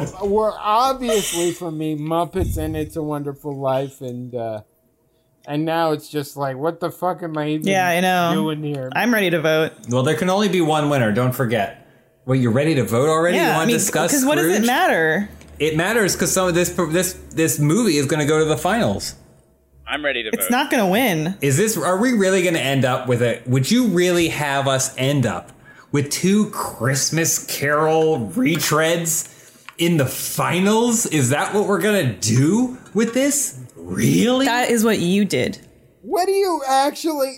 B: top two were obviously for me Muppets and It's a Wonderful Life, and uh, and now it's just like, what the fuck am I even
A: Yeah, I know.
B: doing here?
A: I'm ready to vote.
C: Well, there can only be one winner. Don't forget. Wait, you're ready to vote already? you
A: Yeah,
C: want
A: I mean,
C: to discuss?
A: what does it
C: Scrooge?
A: matter?
C: It matters because some of this this this movie is going to go to the finals.
D: I'm ready to vote.
A: It's not going to win.
C: Is this? Are we really going to end up with a? Would you really have us end up with two Christmas Carol retreads in the finals? Is that what we're going to do with this? Really?
A: That is what you did.
B: what do you actually?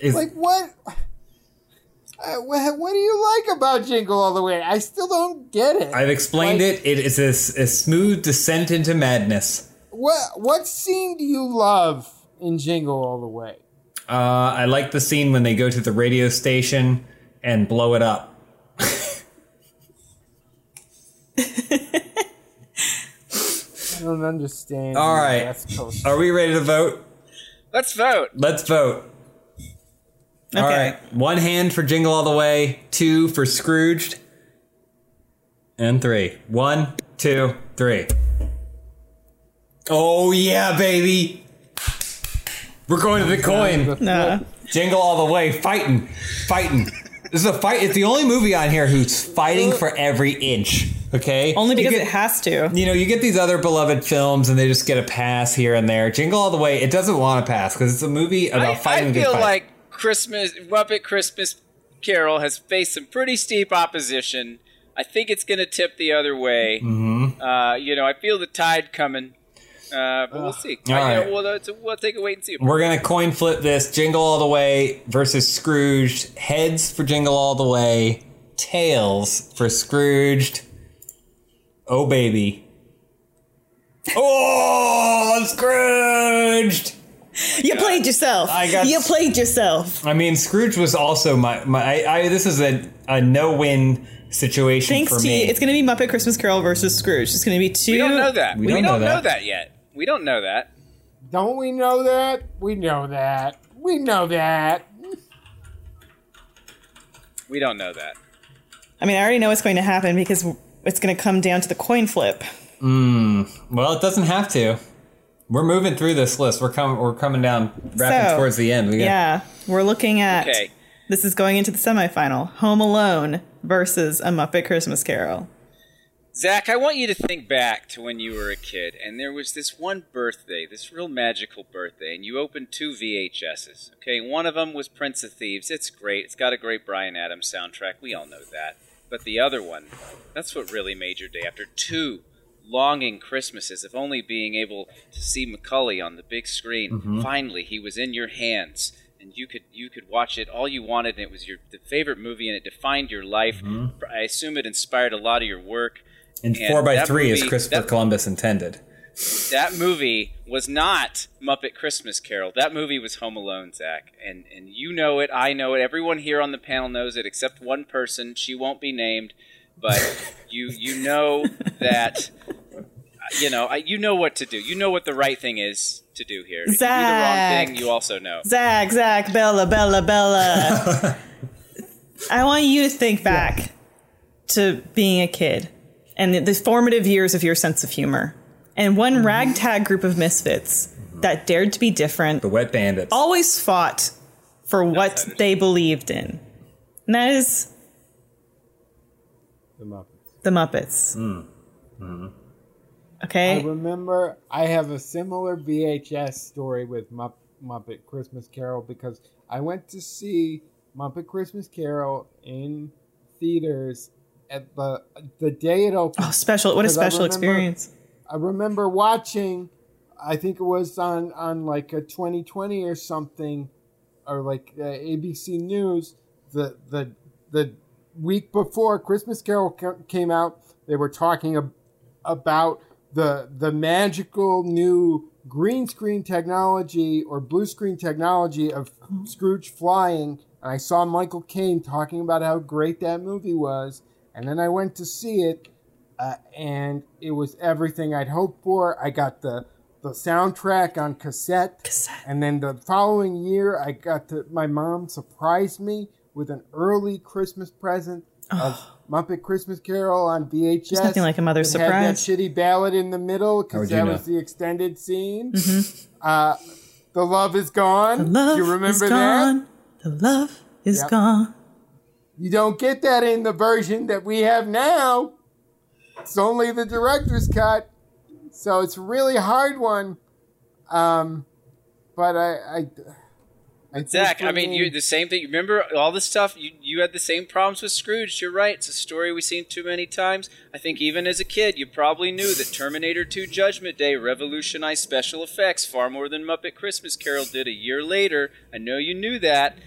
C: Is-
B: like what uh, what, what do you like about jingle all the way i still don't get it
C: I've explained
B: Like-
C: it. It is a, s- a smooth descent into madness.
B: what what scene do you love in jingle all the way
C: Uh, I like the scene when they go to the radio station and blow it up.
B: don't understand.
C: All right.
B: That's close.
C: [laughs] Are we ready to vote?
D: Let's vote.
C: Let's vote.
A: Okay.
C: All right. One hand for Jingle All the Way, two for Scrooged, and three. One, two, three. Oh, yeah, baby. We're going to the coin.
A: Nah.
C: Jingle All the Way, fighting, fighting. This is a fight. It's the only movie on here who's fighting for every inch, okay?
A: Only
C: You
A: because
C: get-
A: it has to.
C: you know, you get these other beloved films and they just get a pass here and there. Jingle All the Way, it doesn't want to pass because it's a movie about
D: I,
C: fighting
D: I
C: the good
D: feel
C: fight.
D: like Christmas Muppet Christmas Carol has faced some pretty steep opposition. I think it's going to tip the other way.
C: Mm-hmm.
D: Uh, you know, I feel the tide coming, uh, but we'll see.
C: All
D: I- you know,
C: right.
D: we'll, it's a- we'll take a wait and see.
C: We're going to coin flip this Jingle All the Way versus Scrooged. Heads for Jingle All the Way, tails for Scrooged. Oh, baby. Oh, Scrooged!
A: You played yourself.
C: I got-
A: you played yourself.
C: I mean, Scrooge was also my. my I, I, this is a, a no win situation
A: Thanks
C: for
A: to
C: me.
A: you. It's going to be Muppet Christmas Carol versus Scrooge. It's going to be two.
D: We don't know that.
C: We
D: We,
C: don't
D: don't,
C: know
D: know,
C: that.
D: that yet. We don't know that.
B: Don't we know that? We know that. We know that.
D: We don't know that.
A: I mean, I already know what's going to happen because it's going to come down to the coin flip.
C: Hmm. Well, it doesn't have to. We're moving through this list. We're coming. We're coming down, wrapping
A: So,
C: towards the end. We got-
A: Yeah, we're looking at.
D: Okay.
A: This is going into the semifinal. Home Alone versus A Muppet Christmas Carol.
D: Zach, I want you to think back to when you were a kid, and there was this one birthday, this real magical birthday, and you opened two VHSs. Okay, one of them was Prince of Thieves. It's great. It's got a great Brian Adams soundtrack. We all know that. But the other one, that's what really made your day. After two longing Christmases of only being able to see Macaulay on the big screen, finally he was in your hands. And you could you could watch it all you wanted, and it was your the favorite movie, and it defined your life. I assume it inspired a lot of your work.
C: And
D: And
C: four by
D: that
C: three is
D: movie-
C: Christopher
D: that-
C: Columbus intended.
D: that movie was not Muppet Christmas Carol. That movie was Home Alone, Zach. And and you know it, I know it, everyone here on the panel knows it except one person. She won't be named, but you you know that uh, you know, I, you know what to do. You know what the right thing is to do here. If you do the wrong
A: Zach.
D: thing, you also know.
A: Zach, Zach, Bella, Bella, Bella.
B: [laughs]
A: I want you to think back to being a kid and the, the formative years of your sense of humor and one
B: Mm-hmm.
A: ragtag group of misfits that dared to be different
C: The Wet Bandits.
A: always fought for what
D: Outsiders.
A: they believed in. And that is
B: The Muppets.
A: the Muppets.
B: I Mm-hmm.
A: Okay.
B: remember I have a similar VHS story with Mupp- Muppet Christmas Carol because I went to see Muppet Christmas Carol in theaters at the the day it opened.
A: Oh, special. What a
B: 'Cause I
A: special
B: remember-
A: experience.
B: I remember watching. I think it was on on like a 2020 or something, or like uh, ABC News. The the the week before Christmas Carol ca- came out, they were talking ab- about the the magical new green screen technology or blue screen technology of Scrooge flying. And I saw Michael Caine talking about how great that movie was. And then I went to see it, uh, and it was everything I'd hoped for. I got the the soundtrack on cassette, and then the following year, I got to my mom surprised me with an early Christmas present of Muppet Christmas Carol on VHS. There's
A: nothing like a mother's
B: Had that
A: surprise.
B: shitty ballad in the middle
C: How
B: because
C: would you
B: that
C: know?
B: was the extended scene. Uh, the love is gone.
A: Mm-hmm. Love
B: you remember
A: is
B: that?
A: gone. The love is
B: Yep.
A: gone.
B: You don't get that in the version that we have now. It's only the director's cut, so it's a really hard one. Um, but I, I, I think
D: Zach,
B: for
D: I mean,
B: me-
D: you the same thing. Remember all this stuff? You you had the same problems with Scrooge. You're right. It's a story we've seen too many times. I think even as a kid, you probably knew that Terminator 2: Judgment Day revolutionized special effects far more than Muppet Christmas Carol did a year later. I know you knew that.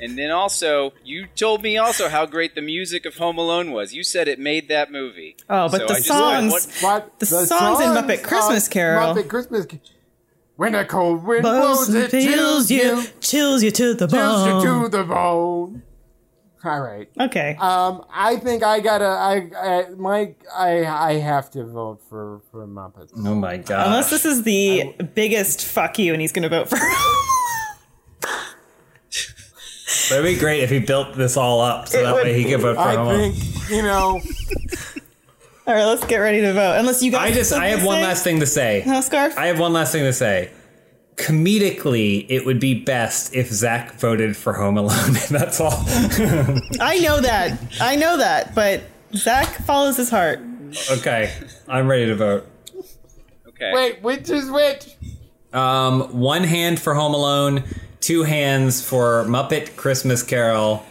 D: And then also, you told me also how great the music of Home Alone was. You said it made that movie.
A: Oh, but
D: So
A: the
D: I just-
A: songs-
D: what-
B: But
A: The songs in Muppet
B: on
A: Christmas Carol.
B: Muppet Christmas. Ca- When a cold wind blows,
A: Blows
B: it
A: and
B: chills you,
A: chills you to the
B: chills you
A: bone.
B: to the bone. All right.
A: Okay.
C: Uh,
B: Um, I think I gotta. I, I Mike. I I have to vote for for Muppets.
C: Oh my god.
A: Unless this is the biggest fuck you and he's going to vote for [laughs]
C: That'd be great if he built this all up so
A: It
C: that
A: would-
C: way he could vote for him.
B: I think you know.
A: All right, let's get ready to vote. Unless you guys
C: I just I
A: something
C: have
A: to
C: one
A: say?
C: last thing to say.
A: No, Scarf?
C: I have one last thing to say. Comedically, it would be best if Zach voted for Home Alone. [laughs] That's all.
A: I know that. I know that, but Zach follows his heart.
C: okay, I'm ready to vote.
D: Okay.
B: Wait, which is which?
C: Um, one hand for Home Alone, two hands for Muppet Christmas Carol.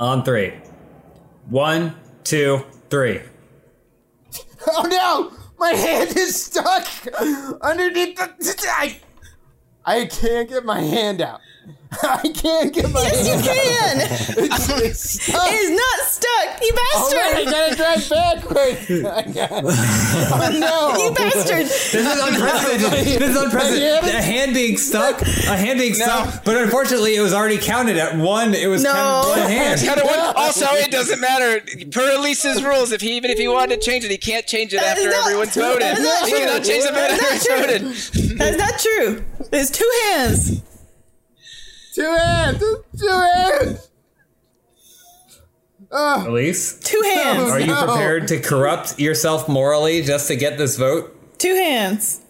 C: On three. One, two, three.
B: Oh no! My hand is stuck underneath the. I, I can't get my hand out. [laughs] I can't get my
A: Yes, you [laughs]
B: hand out.
A: can!
B: It's, it's stuck.
A: it is not stuck, you
B: Oh, wait, I
A: bastard!
B: gotta drive backwards. [laughs] I gotta- oh [laughs] no!
A: you bastard!
C: This is unprecedented. This is unprecedented. A hand being stuck. A hand being stuck. But unfortunately, it was already counted at one. It was
A: No.
C: counted at one hand.
A: [laughs]
D: Kinda what- also, it doesn't matter. Per Elise's rules, if he even if he wanted to change it, he can't change it
A: That is
D: after
A: not-
D: everyone's voted.
A: that is not
D: He
A: true.
D: cannot change the vote
A: That is
D: after
A: not true.
D: it's voted.
A: That's not true. There's two hands.
B: Two hands! Two hands! Ugh.
C: Elise,
A: Two hands.
C: are you
B: No.
C: prepared to corrupt yourself morally just to get this vote?
A: Two hands.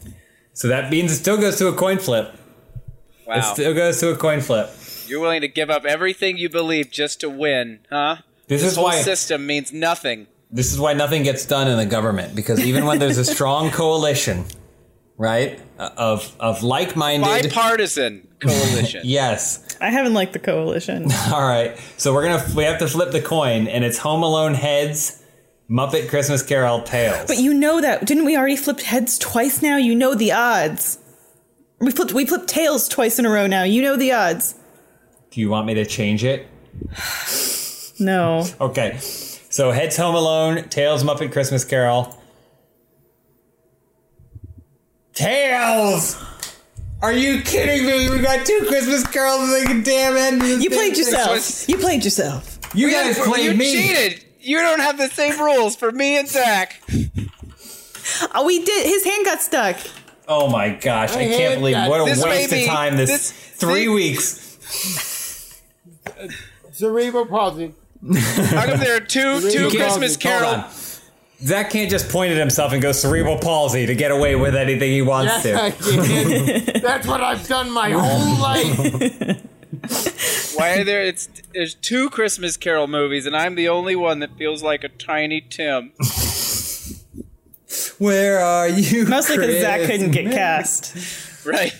C: So that means it still goes to a coin flip. It
D: Wow,
C: still goes to a coin flip.
D: you're willing to give up everything you believe just to win, huh?
C: This
D: This
C: is
D: whole
C: why
D: system means nothing.
C: this is why nothing gets done in the government because even when there's a strong coalition, right, of of like-minded
D: Bipartisan
C: [laughs]
D: coalition.
C: Yes.
A: I haven't liked the coalition.
C: All right. So we're gonna we have to flip the coin, and it's Home Alone heads, Muppet Christmas Carol tails.
A: But you know that. Didn't we already flip heads twice now? You know the odds. We flipped we flipped tails twice in a row now. You know the odds.
C: Do you want me to change it?
A: No.
C: Okay. So heads Home Alone, tails Muppet Christmas Carol. Tails. Are you kidding me? We got two Christmas carols in the damn end. of this
A: You
C: thing.
A: played yourself.
D: was-
A: You played yourself.
C: You
D: Yeah,
C: guys
D: you-
C: played
D: you
C: me.
D: cheated. You don't have the same rules for me and Zach.
A: Oh, we did. His hand got stuck.
C: Oh my gosh! I
B: hand
C: can't believe
B: got-
C: what a
D: this may
C: waste of
D: be-
C: time. This,
D: this-
C: three
D: thi-
C: weeks.
B: Cerebral palsy.
D: How come there are two
B: You
D: two
B: can't-
D: Christmas
C: Hold
D: Carol?
C: on. Zach can't just point at himself and go cerebral palsy to get away with anything he wants
B: Yes, I
C: to.
B: [laughs] can. That's what I've done my whole life.
D: Why are there? It's there's two Christmas Carol movies, and I'm the only one that feels like a tiny Tim. [laughs]
C: Where are you?
A: Mostly because Zach
C: Chris?
A: couldn't get cast.
D: Right.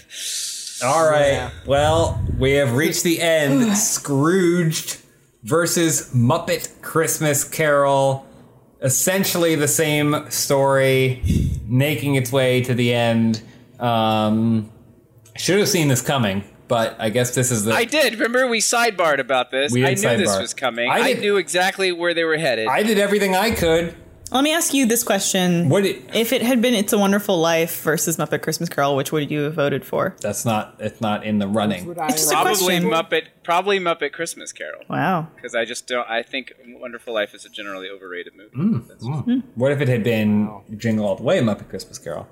C: All right.
B: Yeah.
C: Well, we have reached the
A: [sighs]
C: end. Scrooged versus Muppet Christmas Carol. Essentially the same story, making its way to the end. Um, should have seen this coming, but I guess this is the.
D: I did. Remember we sidebarred about this.
C: We
D: I knew
C: did
D: this
C: sidebar.
D: was coming.
C: I
D: I,
C: did-
D: knew exactly where they were headed.
C: I did everything I could.
A: Let me ask you this question.
C: What? It,
A: if it had been It's a Wonderful Life versus Muppet Christmas Carol, which would you have voted for?
C: that's not. It's not in the running.
A: just a
D: probably
A: question.
D: Muppet. Probably Muppet Christmas Carol.
A: Wow.
D: Because I just don't. I think Wonderful Life is a generally overrated movie.
C: Hmm,
D: That's-
C: What if it had been Jingle All the Way, Muppet Christmas Carol?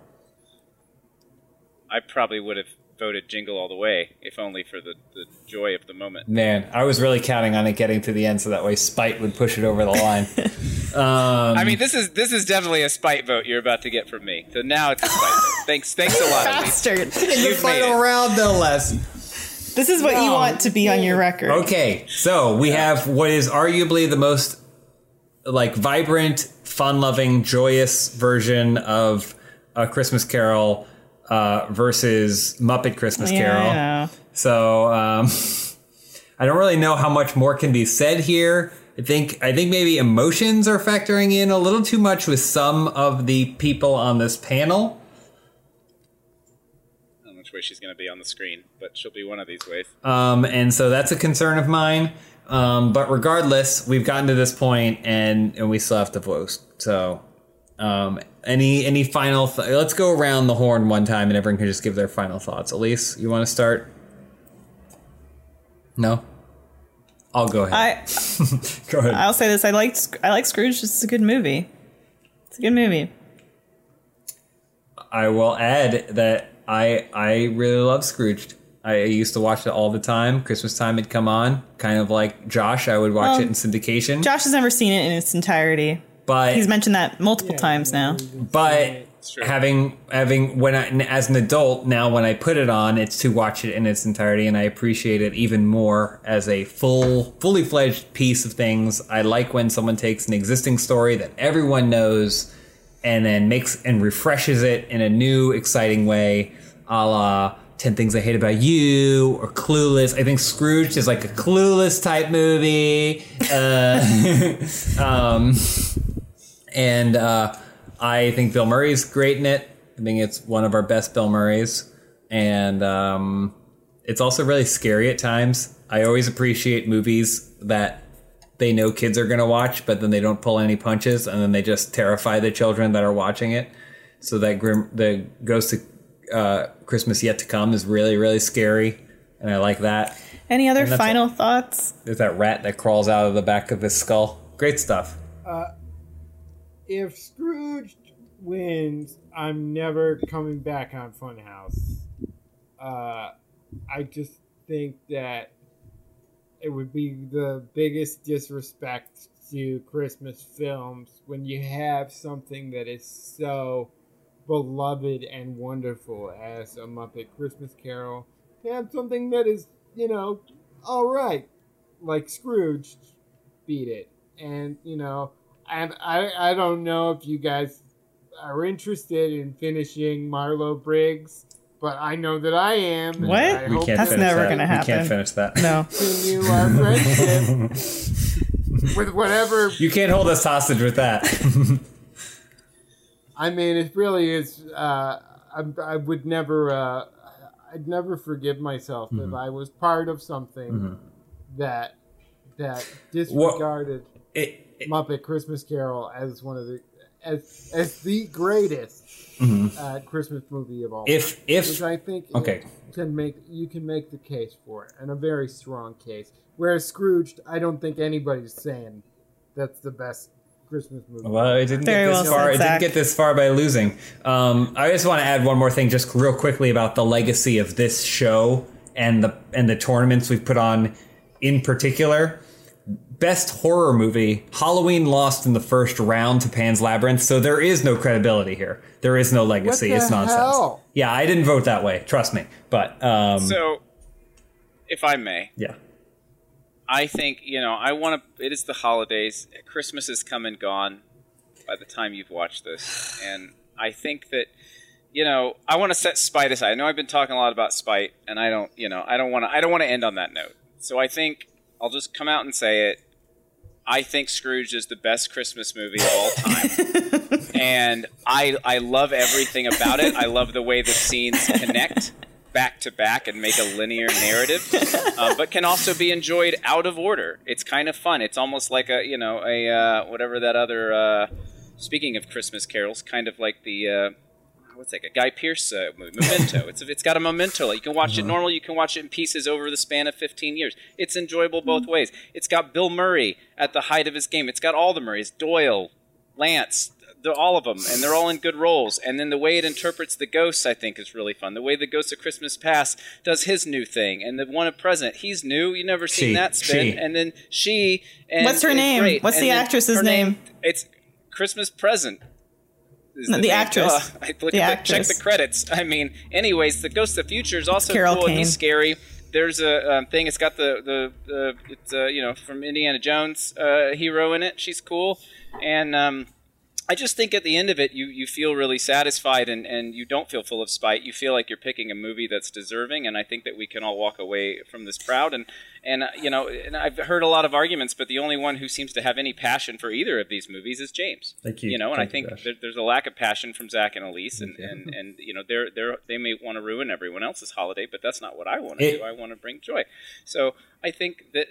D: I probably would have voted Jingle All the Way, if only for the, the joy of the moment.
C: Man, I was really counting on it getting to the end so that way Spite would push it over the line. um,
D: I mean, this is this is definitely a spite vote you're about to get from me. So now it's a
C: [laughs]
D: spite vote. Thanks, thanks a lot. Elise.
A: [laughs] Bastard.
C: the
D: You've made
C: [laughs] final
D: it.
C: round, no less.
A: This is what you want to be on your record.
C: Okay, so we have what is arguably the most like vibrant, fun-loving, joyous version of a Christmas Carol uh, versus Muppet Christmas
A: Yeah,
C: Carol.
A: I know.
C: So um, [laughs] I don't really know how much more can be said here. I think I think maybe emotions are factoring in a little too much with some of the people on this panel.
D: I don't know which way she's going to be on the screen, but she'll be one of these ways.
C: Um, and so that's a concern of mine. Um, but regardless, we've gotten to this point, and and we still have to vote. So, um, any any final? Th- let's go around the horn one time, and everyone can just give their final thoughts. Elise, you want to start? No. I'll go ahead.
A: I
C: [laughs] go ahead.
A: I'll say this. I like Sc- I like Scrooge. It's a good movie. It's a good movie.
C: I will add that I I really love Scrooged. I used to watch it all the time. Christmas time had come on, kind of like Josh. I would watch
A: Well,
C: it in syndication.
A: Um, Josh has never seen it in its entirety.
C: but
A: He's mentioned that multiple times now.
C: but
D: true.
C: having having when I as an adult now when I put it on, it's to watch it in its entirety, and I appreciate it even more as a full, fully fledged piece of things. I like when someone takes an existing story that everyone knows and then makes and refreshes it in a new, exciting way, a la. 10 Things I Hate About You or Clueless. I think Scrooge is like a Clueless type movie. Uh, um, and uh, I think Bill Murray's great in it. I think it's one of our best Bill Murrays, and um, it's also really scary at times. I always appreciate movies that they know kids are going to watch, but then they don't pull any punches, and then they just terrify the children that are watching it. So that grim, the Ghost of uh, Christmas Yet to Come is really, really scary, and I like that.
A: Any other
C: And that's
A: final
C: [laughs]
A: thoughts?
C: There's that rat that crawls out of the back of his skull. Great stuff.
B: If Scrooge wins, I'm never coming back on Funhouse. Uh, I just think that it would be the biggest disrespect to Christmas films when you have something that is so beloved and wonderful as a Muppet Christmas Carol to have something that is, you know, all right, like Scrooge beat it. And, you know, and I, I don't know if you guys are interested in finishing Marlo Briggs, but I know that I am. and
A: What?
B: I
C: We
B: hope
C: can't
A: That's
B: that
C: finish
A: never
C: that.
A: gonna
C: We
A: happen.
C: can't finish that.
A: No.
B: continue our friendship with whatever.
C: You can't hold us hostage
B: [laughs]
C: with that.
B: I mean, it really is. Uh, I, I would never. Uh, I'd never forgive myself if I was part of something that that disregarded
C: It- it-
B: Muppet Christmas Carol as one of the as as the greatest uh, Christmas movie of all. time.
C: if if
B: which I think is-
C: okay,
B: can make you can make the case for it, and a very strong case. Whereas Scrooged, I don't think anybody's saying that's the best Christmas movie.
C: well, it didn't
A: Very
C: get this
A: well said,
C: far. It didn't
A: Zach.
C: get this far by losing. Um, I just want to add one more thing, just real quickly, about the legacy of this show and the and the tournaments we've put on in particular. Best horror movie, Halloween lost in the first round to Pan's Labyrinth, so there is no credibility here. There is no legacy.
B: the
C: it's nonsense.
B: hell?
C: Yeah, I didn't vote that way. Trust me. But um,
D: So, if I may,
C: yeah,
D: I think you know I want to. It is the holidays. Christmas is come and gone by the time you've watched this, and I think that you know I want to set spite aside. I know I've been talking a lot about spite, and I don't you know I don't want to I don't want to end on that note. So I think I'll just come out and say it. I think Scrooge is the best Christmas movie of all time. and I I love everything about it. I love the way the scenes connect back to back and make a linear narrative, uh, but can also be enjoyed out of order. It's kind of fun. It's almost like a you know a uh, whatever that other. Uh, speaking of Christmas carols, kind of like the. Uh, What's that? A Guy Pierce uh, movie, Memento. It's it's got a memento. You can watch
C: Uh-huh.
D: it normal. You can watch it in pieces over the span of 15 years. It's enjoyable both
C: Hmm.
D: ways. It's got Bill Murray at the height of his game. It's got all the Murrays: Doyle, Lance, they're all of them, and they're all in good roles. And then the way it interprets the ghosts, I think, is really fun. The way the Ghost of Christmas Past does his new thing, and the one of present, he's new. You never seen
C: She.
D: that spin.
C: She.
D: And then she. And
A: What's her
D: it's
A: name?
D: great.
A: What's
D: And
A: the
D: then
A: actress's
D: her
A: name?
D: It's Christmas Present. is
A: No, the
D: name.
A: actress.
D: Duh. [laughs] I look
A: The
D: at the, check
A: actress.
D: the credits. I mean, anyways, the Ghost of the Future is also
A: Carol
D: cool
A: Kane.
D: and scary. There's a um, thing. It's got the the uh, it's uh, you know from Indiana Jones uh, hero in it. She's cool, and um, I just think at the end of it, you you feel really satisfied and and you don't feel full of spite. You feel like you're picking a movie that's deserving, and I think that we can all walk away from this proud. And and uh, you know, and I've heard a lot of arguments, but the only one who seems to have any passion for either of these movies is James.
C: Thank you.
D: You know, and
C: Thank
D: I
C: you,
D: think
C: Josh.
D: there, there's a lack of passion from Zach and Elise, and, and, and you know they're they're they may want to ruin everyone else's holiday, but that's not what I want
C: It-
D: to do. I want to bring joy. So I think that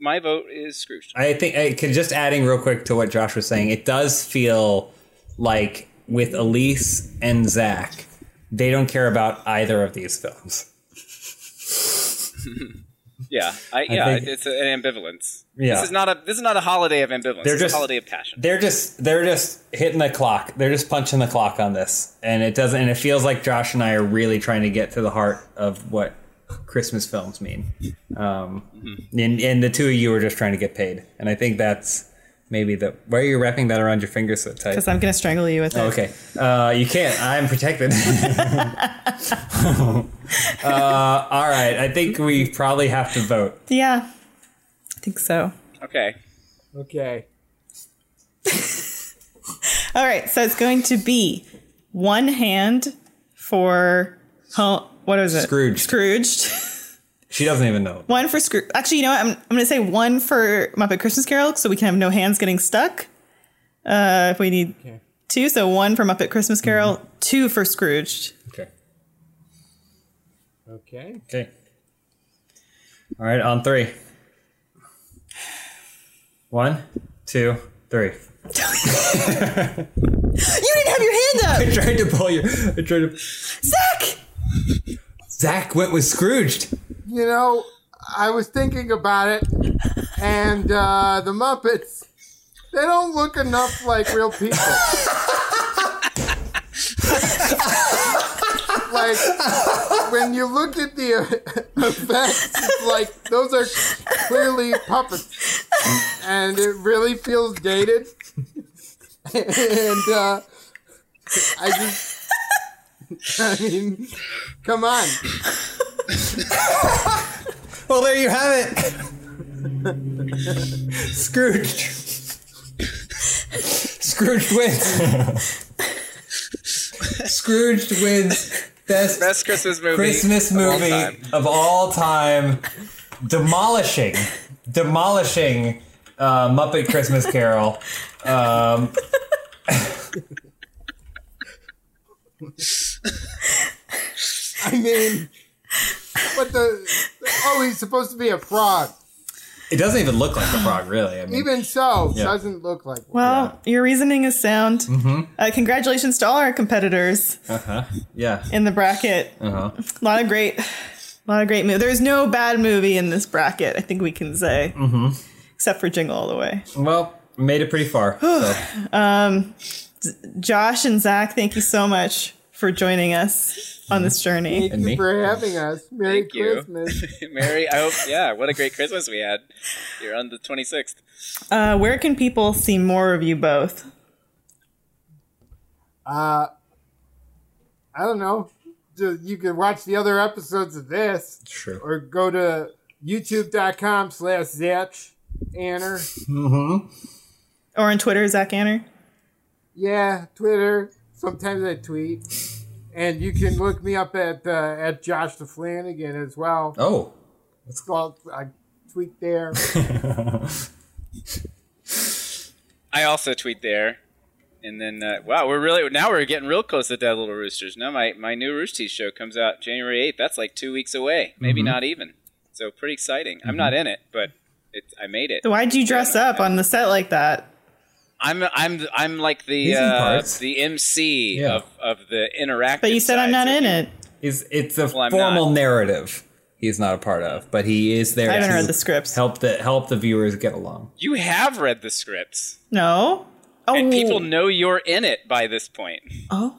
D: my vote is Scrooge.
C: I think I can just adding real quick to what Josh was saying. It does feel like with Elise and Zach, they don't care about either of these films.
D: Yeah, I, yeah,
C: think-
D: it's a- an ambivalence.
C: Yeah.
D: This is not a this is not a holiday of ambivalence.
C: They're
D: it's
C: just-
D: a holiday of passion.
C: They're just they're just hitting the clock. They're just punching the clock on this, and it doesn't. And it feels like Josh and I are really trying to get to the heart of what Christmas films mean. Um, and, and the two of you are just trying to get paid, and I think that's maybe the why are you wrapping that around your finger so tight?
A: Because I'm going to strangle you with it.
C: Okay. Uh, you can't. I'm [laughs] protected. uh, all right. I think we probably have to vote.
A: Yeah, I think so.
D: Okay.
E: Okay.
A: All right, so it's going to be one hand for ho- what is it?
C: Scrooged.
A: Scrooged. [laughs]
C: She doesn't even know.
A: one for Scrooge. Actually, you know what? I'm, I'm going to say one for Muppet Christmas Carol, so we can have no hands getting stuck. Uh, if we need
E: Okay.
A: two, so one for Muppet Christmas Carol, two for Scrooged.
C: Okay.
E: Okay.
C: Okay. All right. On three. One, two, three.
A: You didn't have your hand
C: I [laughs]
A: up,
C: tried to pull your. I tried to.
A: Zach.
C: Zach went with Scrooged.
B: You know, I was thinking about it, and uh, the Muppets, they don't look enough like real people. like, when you look at the uh, effects, it's like, those are
A: [laughs]
B: clearly puppets. And it really feels dated. and uh, I just. [laughs] I mean, come on.
C: Well, there you have it.
D: [laughs]
C: Scrooged. Scrooged wins. Scrooged wins best,
D: Best Christmas movie.
C: Christmas
D: of all
C: movie
D: time. [laughs]
C: of all time, demolishing, demolishing uh, Muppet Christmas Carol. Um,
B: I mean, but the oh, he's supposed to be a frog.
C: it doesn't even look like a frog, really. I mean,
B: Even so,
C: Yeah.
B: doesn't look like. One.
A: Well, your reasoning is sound. Uh, congratulations to all our competitors
C: uh-huh. yeah,
A: in the bracket.
C: uh-huh.
A: A lot of great, a lot of great movies. There's no bad movie in this bracket. I think we can say, mm-hmm. except for Jingle All the Way.
C: Well, made it pretty far. So.
A: Josh and Zach, thank you so much for joining us on this journey.
B: Thank
C: And
B: you
C: me.
B: for having us. Merry
D: Thank you.
B: Christmas.
D: Mary, I hope. Yeah, what a great Christmas we had. You're on the 26th.
A: Uh, where can people see more of you both?
B: Uh, I don't know. Just, you can watch the other episodes of this,
C: True.
B: or go to youtube.com slash Zach Anner.
A: Or on Twitter, Zach Anner?
B: Yeah, Twitter. Sometimes I tweet, and you can look me up at uh, at Josh the Flanagan as well.
C: Oh,
B: It's called I tweet there.
D: I also tweet there. And then, uh, wow, we're really now we're getting real close to Dead Little Roosters. Now my my new Roosties show comes out January eighth. That's like two weeks away, maybe
C: Mm-hmm.
D: not even. So pretty exciting. I'm not in it, but it, I made it.
A: Why'd you dress up on the set like that?
D: I'm I'm I'm like the
C: He's in
D: uh,
C: parts.
D: the MC
C: Yeah.
D: of, of the interactive.
A: But you said I'm
D: side,
A: not
D: so
A: in
D: you-
A: it.
C: It's it's a
D: Well, I'm
C: formal
D: not.
C: narrative. He's not a part of, but he is there.
A: I haven't
C: to
A: read the scripts.
C: Help the help the viewers get along.
D: You have read the scripts,
A: No. Oh.
D: and people know you're in it by this point.
A: oh.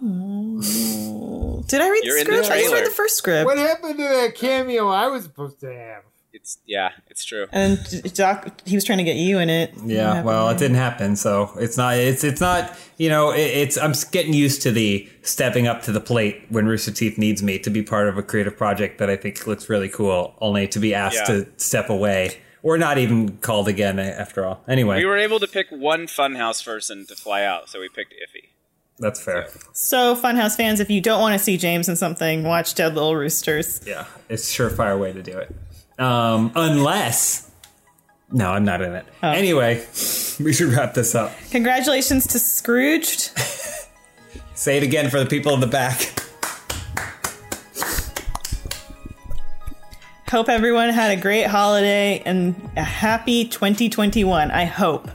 A: Did I read
D: You're
A: the
D: in
A: script?
D: the
A: I just read
D: trailer.
A: the first script.
B: What happened to that cameo I was supposed to have?
D: It's yeah, it's true.
A: And Doc, he was trying to get you in it.
C: Yeah.
A: What
C: well, it
A: happened
C: didn't happen, so it's not. It's it's not. You know, it, it's. I'm s- getting used to the stepping up to the plate when Rooster Teeth needs me to be part of a creative project that I think looks really cool, only to be asked
D: Yeah.
C: to step away or not even called again. eh, After all, anyway,
D: We were able to pick one Funhouse person to fly out, so we picked Iffy.
C: that's fair.
A: So, Funhouse fans, if you don't want to see James in something, watch Dead Little Roosters.
C: Yeah, it's a surefire way to do it. Um, unless, no, I'm not in it.
A: Oh.
C: Anyway, [laughs] we should wrap this up.
A: Congratulations to Scrooged.
C: Say it again for the people in the back.
A: Hope everyone had a great holiday and a happy 2021. I hope.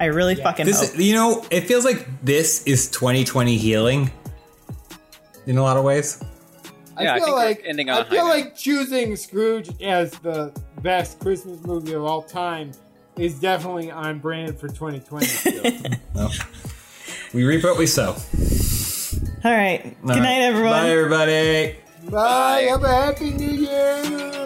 A: I really fucking
C: This,
A: hope.
C: you know, it feels like this is 2020 healing in a lot of ways.
D: Yeah, I
B: feel
D: think we're
B: like
D: ending on
B: I
D: a high
B: feel
D: note.
B: like choosing Scrooge as the best Christmas movie of all time is definitely on brand for 2020. still.
D: [laughs]
C: We reap what we sow.
A: All right. Good night, everyone.
C: Bye, everybody.
D: Bye. Have a happy new year.